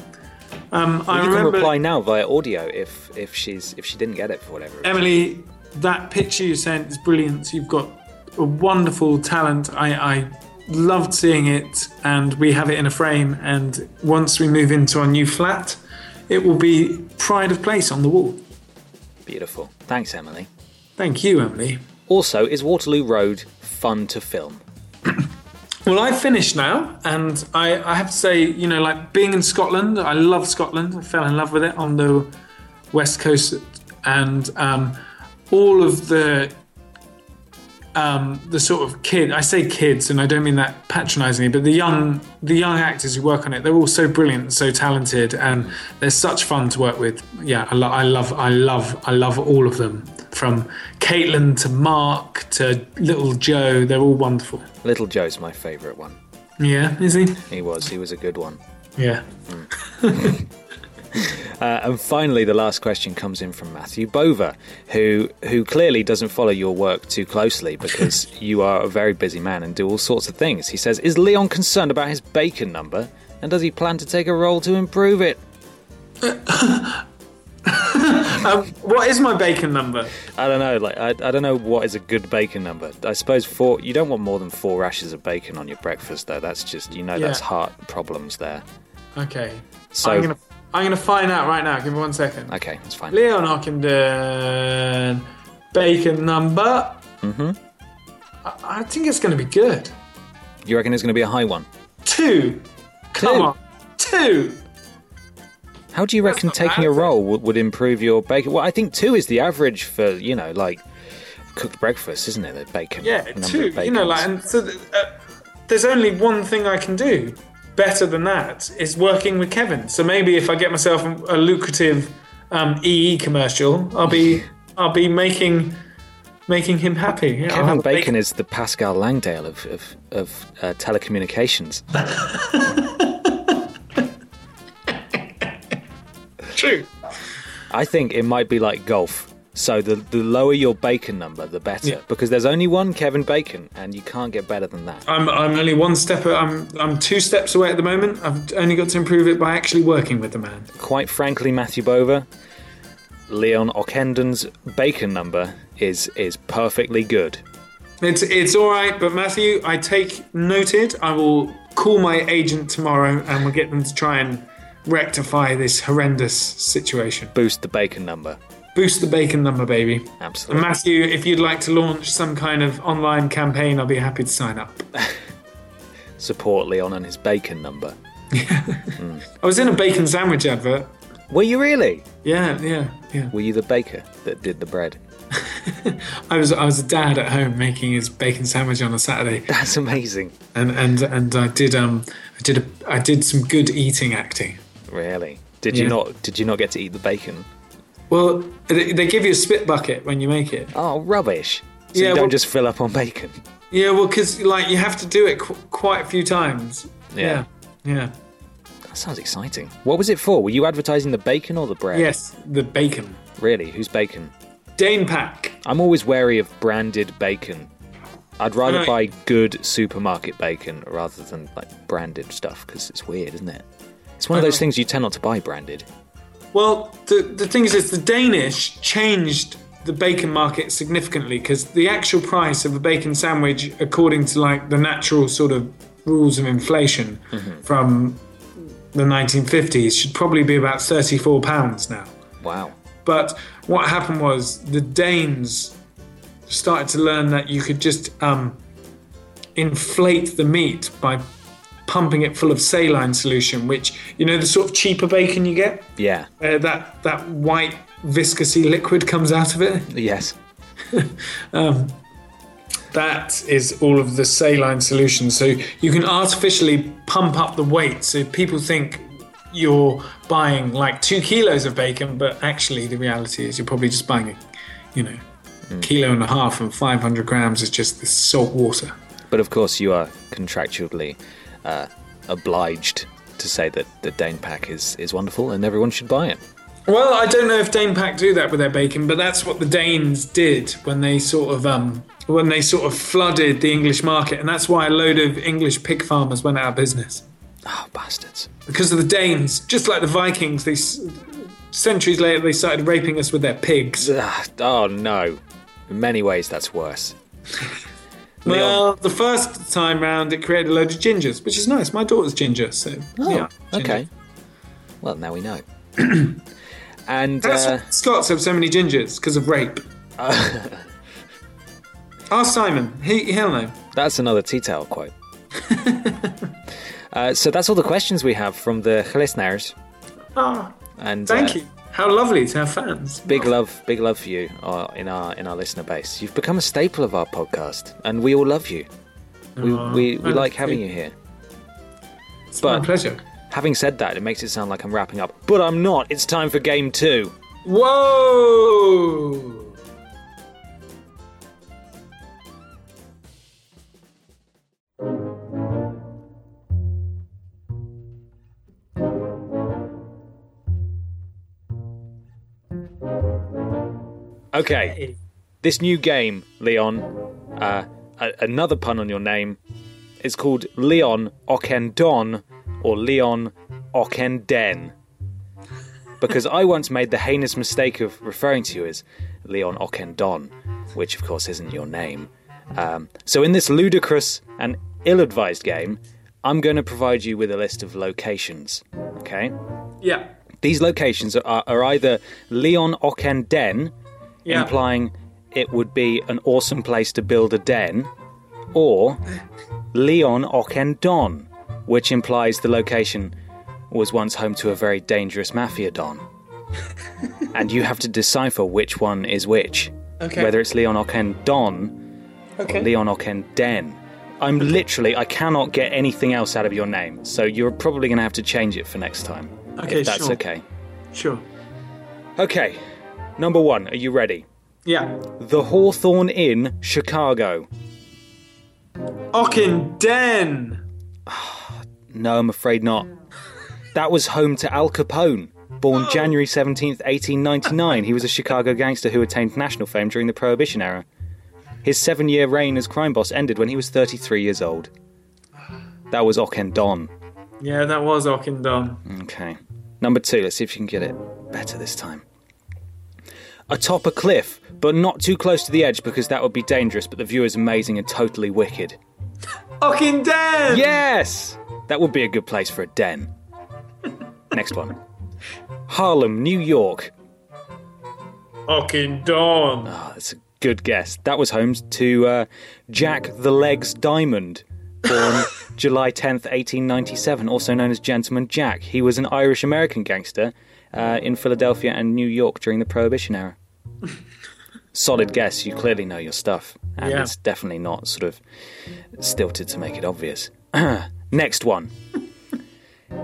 Speaker 2: Um, I
Speaker 1: you
Speaker 2: remember
Speaker 1: can reply now via audio if if she's if she didn't get it for whatever. reason.
Speaker 2: Emily, that picture you sent is brilliant. You've got a wonderful talent. I, I loved seeing it, and we have it in a frame. And once we move into our new flat, it will be pride of place on the wall.
Speaker 1: Beautiful. Thanks, Emily.
Speaker 2: Thank you, Emily.
Speaker 1: Also, is Waterloo Road fun to film?
Speaker 2: Well, I finished now, and I, I have to say, you know, like being in Scotland, I love Scotland. I fell in love with it on the west coast, and um, all of the um, the sort of kid. I say kids, and I don't mean that patronisingly, but the young the young actors who work on it, they're all so brilliant, and so talented, and they're such fun to work with. Yeah, I, lo- I love, I love, I love all of them, from Caitlin to Mark to Little Joe. They're all wonderful.
Speaker 1: Little Joe's my favourite one.
Speaker 2: Yeah, is he?
Speaker 1: He was. He was a good one.
Speaker 2: Yeah.
Speaker 1: Uh, And finally, the last question comes in from Matthew Bover, who who clearly doesn't follow your work too closely because you are a very busy man and do all sorts of things. He says, "Is Leon concerned about his bacon number, and does he plan to take a role to improve it?"
Speaker 2: Um, What is my bacon number?
Speaker 1: I don't know. Like I, I don't know what is a good bacon number. I suppose four. You don't want more than four rashers of bacon on your breakfast, though. That's just you know that's
Speaker 2: Yeah.
Speaker 1: heart problems there.
Speaker 2: Okay.
Speaker 1: So
Speaker 2: I'm gonna I'm gonna find out right now. Give me one second.
Speaker 1: okay, that's fine.
Speaker 2: Leon Ockenden bacon number. Mm-hmm. I, I think it's gonna be good.
Speaker 1: You reckon it's going to be a high one?
Speaker 2: Two. Come on. Two.
Speaker 1: How do you reckon
Speaker 2: not bad,
Speaker 1: taking a
Speaker 2: is it?
Speaker 1: roll would, would improve your bacon? Well, I think two is the average for you know like cooked breakfast, isn't it? The bacon.
Speaker 2: Yeah,
Speaker 1: number of
Speaker 2: two. You
Speaker 1: bacons.
Speaker 2: know, like, and so th- uh, there's only one thing I can do better than that is working with Kevin. So maybe if I get myself a lucrative um, EE commercial, I'll be I'll be making making him happy. Yeah, I'll
Speaker 1: Kevin
Speaker 2: have a
Speaker 1: Bacon, is the Pascal Langdale of of, of uh, telecommunications.
Speaker 2: true.
Speaker 1: I think it might be like golf. So the the lower your bacon number, the better,
Speaker 2: Yeah.
Speaker 1: because there's only one Kevin Bacon, and you can't get better than that.
Speaker 2: I'm, I'm only one step. uh, I'm I'm two steps away at the moment. I've only got to improve it by actually working with the man.
Speaker 1: Quite frankly, Matthew Bover, Leon Ockendon's bacon number is is perfectly good.
Speaker 2: It's it's all right, but Matthew, I take noted. I will call my agent tomorrow, and we'll get them to try and rectify this horrendous situation.
Speaker 1: Boost the bacon number,
Speaker 2: Boost the bacon number, baby. And
Speaker 1: absolutely.
Speaker 2: Matthew, if you'd like to launch some kind of online campaign, I'll be happy to sign up.
Speaker 1: Support Leon and his bacon number.
Speaker 2: I was in a bacon sandwich advert.
Speaker 1: Were you really?
Speaker 2: Yeah, yeah, yeah.
Speaker 1: Were you the baker that did the bread?
Speaker 2: I was I was a dad at home making his bacon sandwich on a Saturday,
Speaker 1: That's amazing.
Speaker 2: and and and I did um I did a, I did some good eating acting.
Speaker 1: Really? Did
Speaker 2: Yeah.
Speaker 1: you not? Did you not get to eat the bacon?
Speaker 2: Well, they they give you a spit bucket when you make it.
Speaker 1: Oh, rubbish! So
Speaker 2: Yeah,
Speaker 1: you don't
Speaker 2: well-
Speaker 1: just fill up on bacon.
Speaker 2: Yeah, well, because like you have to do it qu- quite a few times.
Speaker 1: Yeah.
Speaker 2: yeah, yeah.
Speaker 1: That sounds exciting. What was it for? Were you advertising the bacon or the bread?
Speaker 2: Yes, the bacon.
Speaker 1: Really? Who's bacon?
Speaker 2: Dane pack.
Speaker 1: I'm always wary of branded bacon. I'd rather
Speaker 2: Right.
Speaker 1: buy good supermarket bacon rather than like branded stuff because it's weird, isn't it? It's one of
Speaker 2: I
Speaker 1: those
Speaker 2: know.
Speaker 1: things you tend not to buy branded.
Speaker 2: Well, the, the thing is, is the Danish changed the bacon market significantly because the actual price of a bacon sandwich, according to like the natural sort of rules of inflation from the 1950s, should probably be about 34 pounds now.
Speaker 1: Wow.
Speaker 2: But what happened was the Danes started to learn that you could just um, inflate the meat by pumping it full of saline solution, which you know the sort of cheaper bacon you get
Speaker 1: Yeah.
Speaker 2: uh, that that white viscousy liquid comes out of it.
Speaker 1: Yes.
Speaker 2: That is all of the saline solution. So you can artificially pump up the weight. So people think you're buying like two kilos of bacon, but actually the reality is you're probably just buying, a, you know, kilo and a half, and 500 grams is just this salt water.
Speaker 1: But of course, you are contractually uh, obliged to say that the Dane pack is, is wonderful and everyone should buy it.
Speaker 2: Well, I don't know if Dane Pack do that with their bacon, but that's what the Danes did when they sort of um, when they sort of flooded the English market, and that's why a load of English pig farmers went out of business
Speaker 1: Oh, bastards.
Speaker 2: because of the Danes. Just like the Vikings, they s- centuries later they started raping us with their pigs.
Speaker 1: Ugh, oh, no. In many ways, that's worse.
Speaker 2: Well, the first time round, it created a load of gingers, which is nice. My daughter's ginger, so yeah. ginger.
Speaker 1: Oh, Okay. Well, now we know. and
Speaker 2: That's
Speaker 1: uh,
Speaker 2: why Scots have so many gingers because of rape. Ask Simon. He he'll know.
Speaker 1: that's another tea towel quote. uh, so that's all the questions we have from the listeners.
Speaker 2: Ah.
Speaker 1: And
Speaker 2: Thank
Speaker 1: uh,
Speaker 2: you. How lovely to have fans.
Speaker 1: Big love, big love for you uh, in our in our listener base. You've become a staple of our podcast, and we all love you. We we, we
Speaker 2: I
Speaker 1: like
Speaker 2: see.
Speaker 1: having you here.
Speaker 2: It's
Speaker 1: but-
Speaker 2: my pleasure.
Speaker 1: Having said that, it makes it sound like I'm wrapping up, but I'm not. It's time for game two.
Speaker 2: Whoa!
Speaker 1: Okay, this new game, Leon. Uh, a- another pun on your name. It's called Leon Ockendon or Leon Ockenden. Because I once made the heinous mistake of referring to you as Leon Ockendon, which of course isn't your name. Um, so, in this ludicrous and ill advised game, I'm going to provide you with a list of locations. Okay?
Speaker 2: Yeah.
Speaker 1: These locations are, are either Leon Ockenden,
Speaker 2: Yeah.
Speaker 1: implying it would be an awesome place to build a den, or Leon Ockendon, which implies the location was once home to a very dangerous mafia don. and you have to decipher which one is which,
Speaker 2: okay.
Speaker 1: whether it's Leon Ockendon
Speaker 2: okay.
Speaker 1: or Leon Ockenden. I'm literally, I cannot get anything else out of your name, so you're probably going to have to change it for next time.
Speaker 2: Okay,
Speaker 1: if that's
Speaker 2: sure.
Speaker 1: okay.
Speaker 2: Sure.
Speaker 1: Okay, number one, are you ready?
Speaker 2: Yeah.
Speaker 1: The Hawthorne Inn, Chicago.
Speaker 2: Ockenden.
Speaker 1: No, I'm afraid not. That was home to Al Capone.
Speaker 2: Oh.
Speaker 1: Born January 17th, 1899, he was a Chicago gangster who attained national fame during the Prohibition era. His seven year reign as crime boss ended when he was 33 years old. That was Ok and Don.
Speaker 2: Yeah, that was Ockendon.
Speaker 1: Okay. Number two, let's see if you can get it better this time. Atop a cliff, but not too close to the edge because that would be dangerous, but the view is amazing and totally wicked.
Speaker 2: Ockenden!
Speaker 1: Yes! That would be a good place for a den. Next one Harlem, New York.
Speaker 2: Ockendon.
Speaker 1: Ah, that's a good guess. That was home to uh, Jack the Legs Diamond, born July 10th, 1897, also known as Gentleman Jack. He was an Irish American gangster uh, in Philadelphia and New York during the Prohibition era. Solid guess. You clearly know your stuff. And
Speaker 2: Yeah.
Speaker 1: it's definitely not sort of stilted to make it obvious. Next one.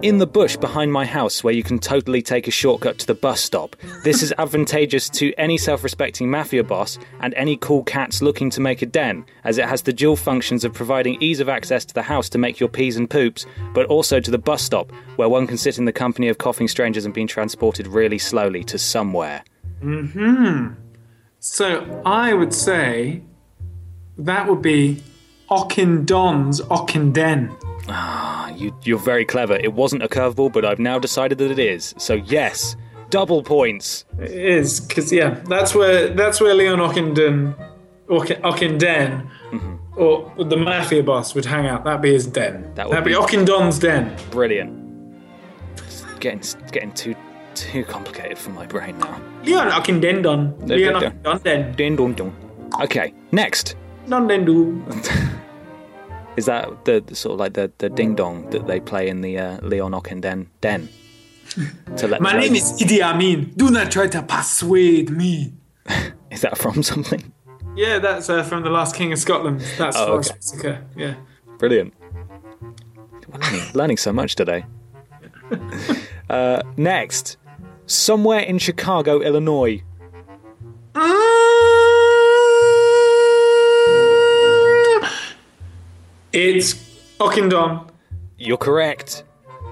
Speaker 1: In the bush behind my house, where you can totally take a shortcut to the bus stop. This is advantageous to any self respecting mafia boss and any cool cats looking to make a den, as it has the dual functions of providing ease of access to the house to make your peas and poops, but also to the bus stop, where one can sit in the company of coughing strangers and being transported really slowly to somewhere.
Speaker 2: So I would say that would be Ockendon's Ockenden.
Speaker 1: Ah, you, you're very clever. It wasn't a curveball, but I've now decided that it is. So, yes, double points.
Speaker 2: It is because yeah, that's where that's where Leon Ockenden, Ock- Ockenden, or the mafia boss would hang out. That'd be his den.
Speaker 1: That
Speaker 2: Mm-hmm. That
Speaker 1: would
Speaker 2: would That'd be,
Speaker 1: be-
Speaker 2: Ockendon's den.
Speaker 1: Brilliant. It's getting it's getting too too complicated for my brain now.
Speaker 2: Leon Ockendendon. Leon
Speaker 1: they do.
Speaker 2: Ockendenden.
Speaker 1: Ding dong dong. Okay, next
Speaker 2: Nondendu.
Speaker 1: is that the, the sort of like the, the ding dong that they play in the uh, Leon Ockenden den. To let
Speaker 2: My
Speaker 1: them know-
Speaker 2: name is Idi Amin. Do not try to persuade me.
Speaker 1: Is that from something?
Speaker 2: Yeah, that's uh, from the Last King of Scotland. That's
Speaker 1: Oh,
Speaker 2: Forrest
Speaker 1: okay.
Speaker 2: Whitaker. Yeah.
Speaker 1: Brilliant. We're learning, learning so much today. Uh, next, somewhere in Chicago, Illinois.
Speaker 2: It's Ockendon.
Speaker 1: You're correct.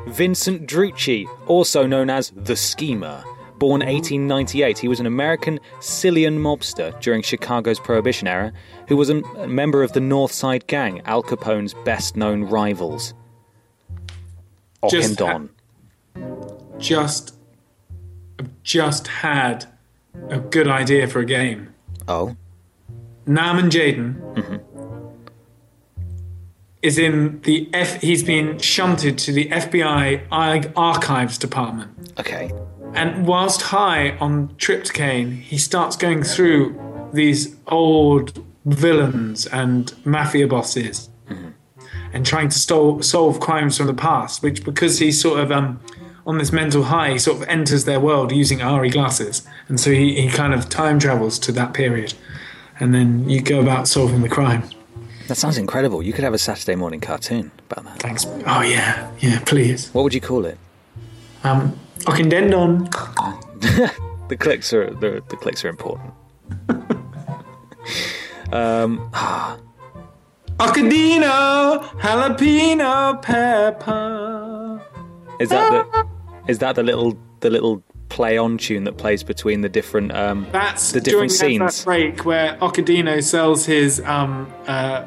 Speaker 1: Vincent Drucci, also known as the Schemer. Born 1898, he was an American Cillian mobster during Chicago's Prohibition era, who was a a member of the North Side Gang, Al Capone's best known rivals. Oh,
Speaker 2: Just
Speaker 1: Ockendon.
Speaker 2: Just, I've just had a good idea for a game.
Speaker 1: Oh?
Speaker 2: Nam and Jaden is in the F. He's been shunted to the FBI Ar- archives department.
Speaker 1: Okay.
Speaker 2: And whilst high on tryptocane, he starts going through these old villains and mafia bosses and trying to stol- solve crimes from the past, which, because he's sort of um, on this mental high, he sort of enters their world using RE glasses. And so he, he kind of time travels to that period. And then you go about solving the crime.
Speaker 1: That sounds incredible. You could have a Saturday morning cartoon about that.
Speaker 2: Thanks. Oh, yeah. Yeah, please.
Speaker 1: What would you call it?
Speaker 2: Um, Okindendon.
Speaker 1: The clicks are the, the clicks are important.
Speaker 2: Ocadino, jalapeno pepper.
Speaker 1: Is that the is that the little the little play on tune that plays between the different um
Speaker 2: That's
Speaker 1: the different
Speaker 2: during that-
Speaker 1: scenes.
Speaker 2: that break where Ocadino sells his um, uh,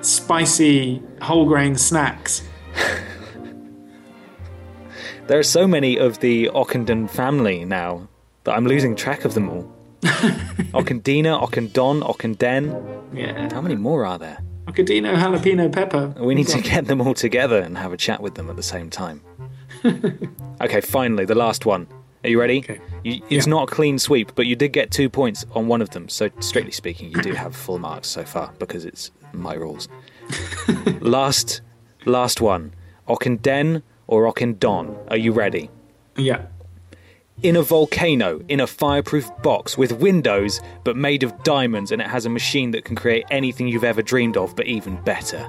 Speaker 2: spicy whole grain snacks.
Speaker 1: There are so many of the Ockenden family now that I'm losing track of them all. Ockendina, Ockendon, Ockenden.
Speaker 2: Yeah,
Speaker 1: How many more are there?
Speaker 2: Ocadino jalapeno pepper.
Speaker 1: We need to get them all together and have a chat with them at the same time. okay, finally, the last one. Are you ready?
Speaker 2: Okay.
Speaker 1: You, it's
Speaker 2: Yeah.
Speaker 1: not a clean sweep, but you did get two points on one of them. So, strictly speaking, you do have full marks so far because it's my rules. last, last one. Ockenden or Ockendon. Are you ready?
Speaker 2: Yeah.
Speaker 1: in a volcano in a fireproof box with windows but made of diamonds and it has a machine that can create anything you've ever dreamed of but even better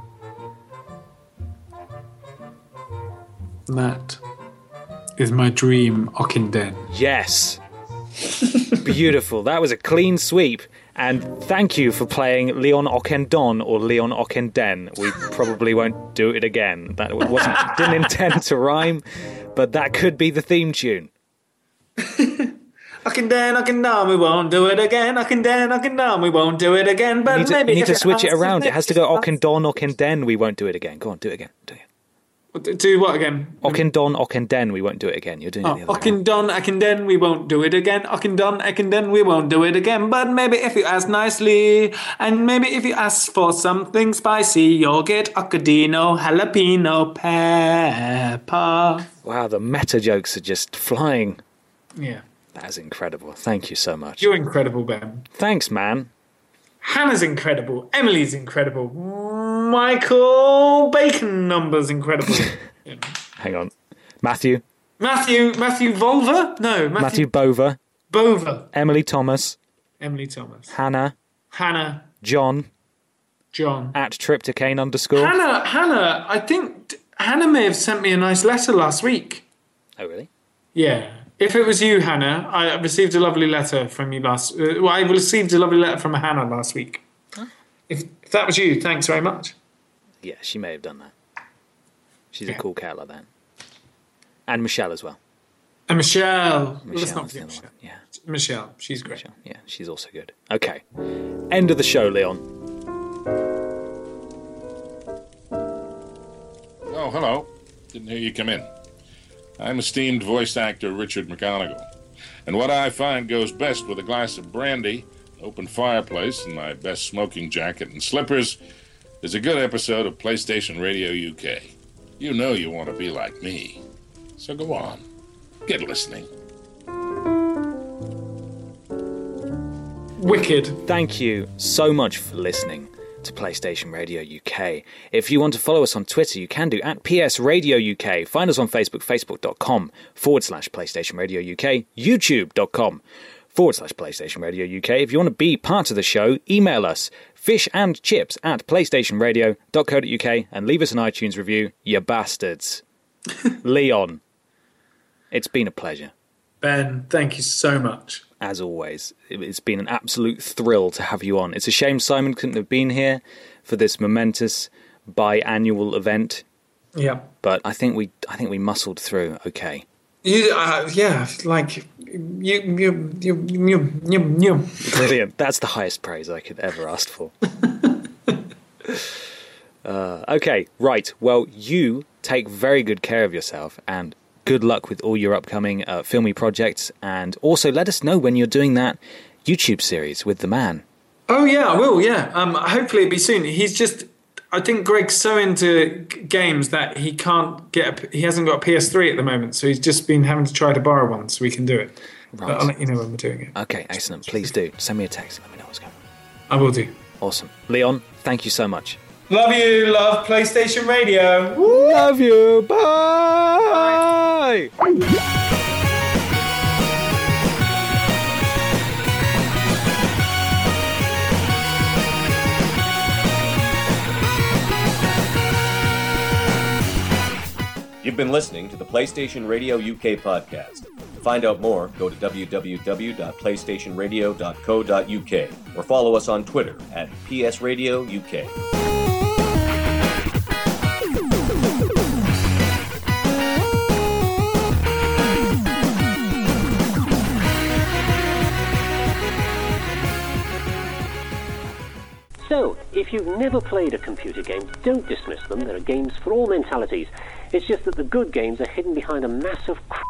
Speaker 2: That is my dream Okinden.
Speaker 1: yes beautiful that was a clean sweep and thank you for playing leon ockendon or leon ockenden we probably won't do it again that wasn't didn't intend to rhyme but that could be the theme tune
Speaker 2: I can then, I can now, we won't do it again. I can then, I can now, we won't do it again. But
Speaker 1: You need to,
Speaker 2: maybe
Speaker 1: you need to
Speaker 2: if
Speaker 1: switch it
Speaker 2: happens
Speaker 1: around. It
Speaker 2: next
Speaker 1: has to go
Speaker 2: time-
Speaker 1: Okendon, Okenden. We won't do it again. Go on, do it again. Do it again.
Speaker 2: Do what again? Mm-hmm.
Speaker 1: Okendon, Okenden. We won't do it again. You're doing it the other
Speaker 2: I
Speaker 1: way.
Speaker 2: can done, I can then, we won't do it again. I can done, I can then, we won't do it again. But maybe if you ask nicely, and maybe if you ask for something spicy, you'll get Ocadino jalapeno pepper.
Speaker 1: Wow, the meta jokes are just flying.
Speaker 2: Yeah,
Speaker 1: That is incredible. Thank you so much.
Speaker 2: you're incredible, Ben.
Speaker 1: Thanks, man.
Speaker 2: Hannah's incredible. Emily's incredible. Michael Bacon numbers incredible.
Speaker 1: Hang on. Matthew,
Speaker 2: Matthew, Matthew Volver? No,
Speaker 1: Matthew
Speaker 2: Matthew,
Speaker 1: Bover,
Speaker 2: Bover.
Speaker 1: Emily Thomas,
Speaker 2: Emily Thomas.
Speaker 1: Hannah,
Speaker 2: Hannah,
Speaker 1: John,
Speaker 2: John.
Speaker 1: at triptocane underscore.
Speaker 2: Hannah, Hannah, I think Hannah may have sent me a nice letter last week.
Speaker 1: Oh, really?
Speaker 2: Yeah. If it was you, Hannah, I received a lovely letter from you last. Uh, well, I received a lovely letter from Hannah last week. If, if that was you, thanks very much.
Speaker 1: Yeah, she may have done that. She's a
Speaker 2: Yeah.
Speaker 1: cool cat like that. And Michelle as well.
Speaker 2: And Michelle, let's
Speaker 1: Michelle
Speaker 2: not
Speaker 1: is the
Speaker 2: forget
Speaker 1: other
Speaker 2: Michelle.
Speaker 1: one. Yeah,
Speaker 2: Michelle, she's great.
Speaker 1: Michelle. Yeah, she's also good. Okay. End of the show, Leon.
Speaker 4: Oh, hello. Didn't hear you come in. I'm esteemed voice actor Richard McGonigal, and what I find goes best with a glass of brandy, an open fireplace, and my best smoking jacket and slippers is a good episode of PlayStation Radio UK. You know you want to be like me. So go on. Get listening.
Speaker 2: Wicked.
Speaker 1: Thank you so much for listening to PlayStation Radio UK. If you want to follow us on Twitter, you can do at PS Radio UK. Find us on Facebook, facebook.com forward slash PlayStation Radio UK, youtube.com forward slash PlayStation Radio UK. If you want to be part of the show, email us fishandchips at playstationradio.co.uk and leave us an iTunes review, you bastards. Leon, it's been a pleasure
Speaker 2: Ben, thank you so much.
Speaker 1: as always. it- It's been an absolute thrill to have you on. It's a shame Simon couldn't have been here for this momentous biannual event,
Speaker 2: Yeah.
Speaker 1: but I think we I think we muscled through. Okay,
Speaker 2: You, uh, yeah, like you, you, you, you, you, you.
Speaker 1: brilliant. That's the highest praise I could ever ask for. Uh, okay, right. Well, you take very good care of yourself and. Good luck with all your upcoming uh, filmy projects, and also let us know when you're doing that YouTube series with the man.
Speaker 2: Oh yeah, I will. Yeah. Um. Hopefully it'll be soon. He's just. I think Greg's so into g- games that he can't get. A, p- he hasn't got a PS3 at the moment, so he's just been having to try to borrow one so we can do it. But I'll let you know when we're doing it.
Speaker 1: Okay, excellent. Please do send me a text. and Let me know what's going on.
Speaker 2: I will do.
Speaker 1: Awesome. Leon, thank you so much.
Speaker 2: Love you. Love PlayStation Radio.
Speaker 1: Love you. Bye.
Speaker 8: You've been listening to the PlayStation Radio UK podcast. To find out more, go to www.playstationradio.co.uk or follow us on Twitter at psradiouk.
Speaker 10: So, if you've never played a computer game, don't dismiss them. There are games for all mentalities. It's just that the good games are hidden behind a mass of crap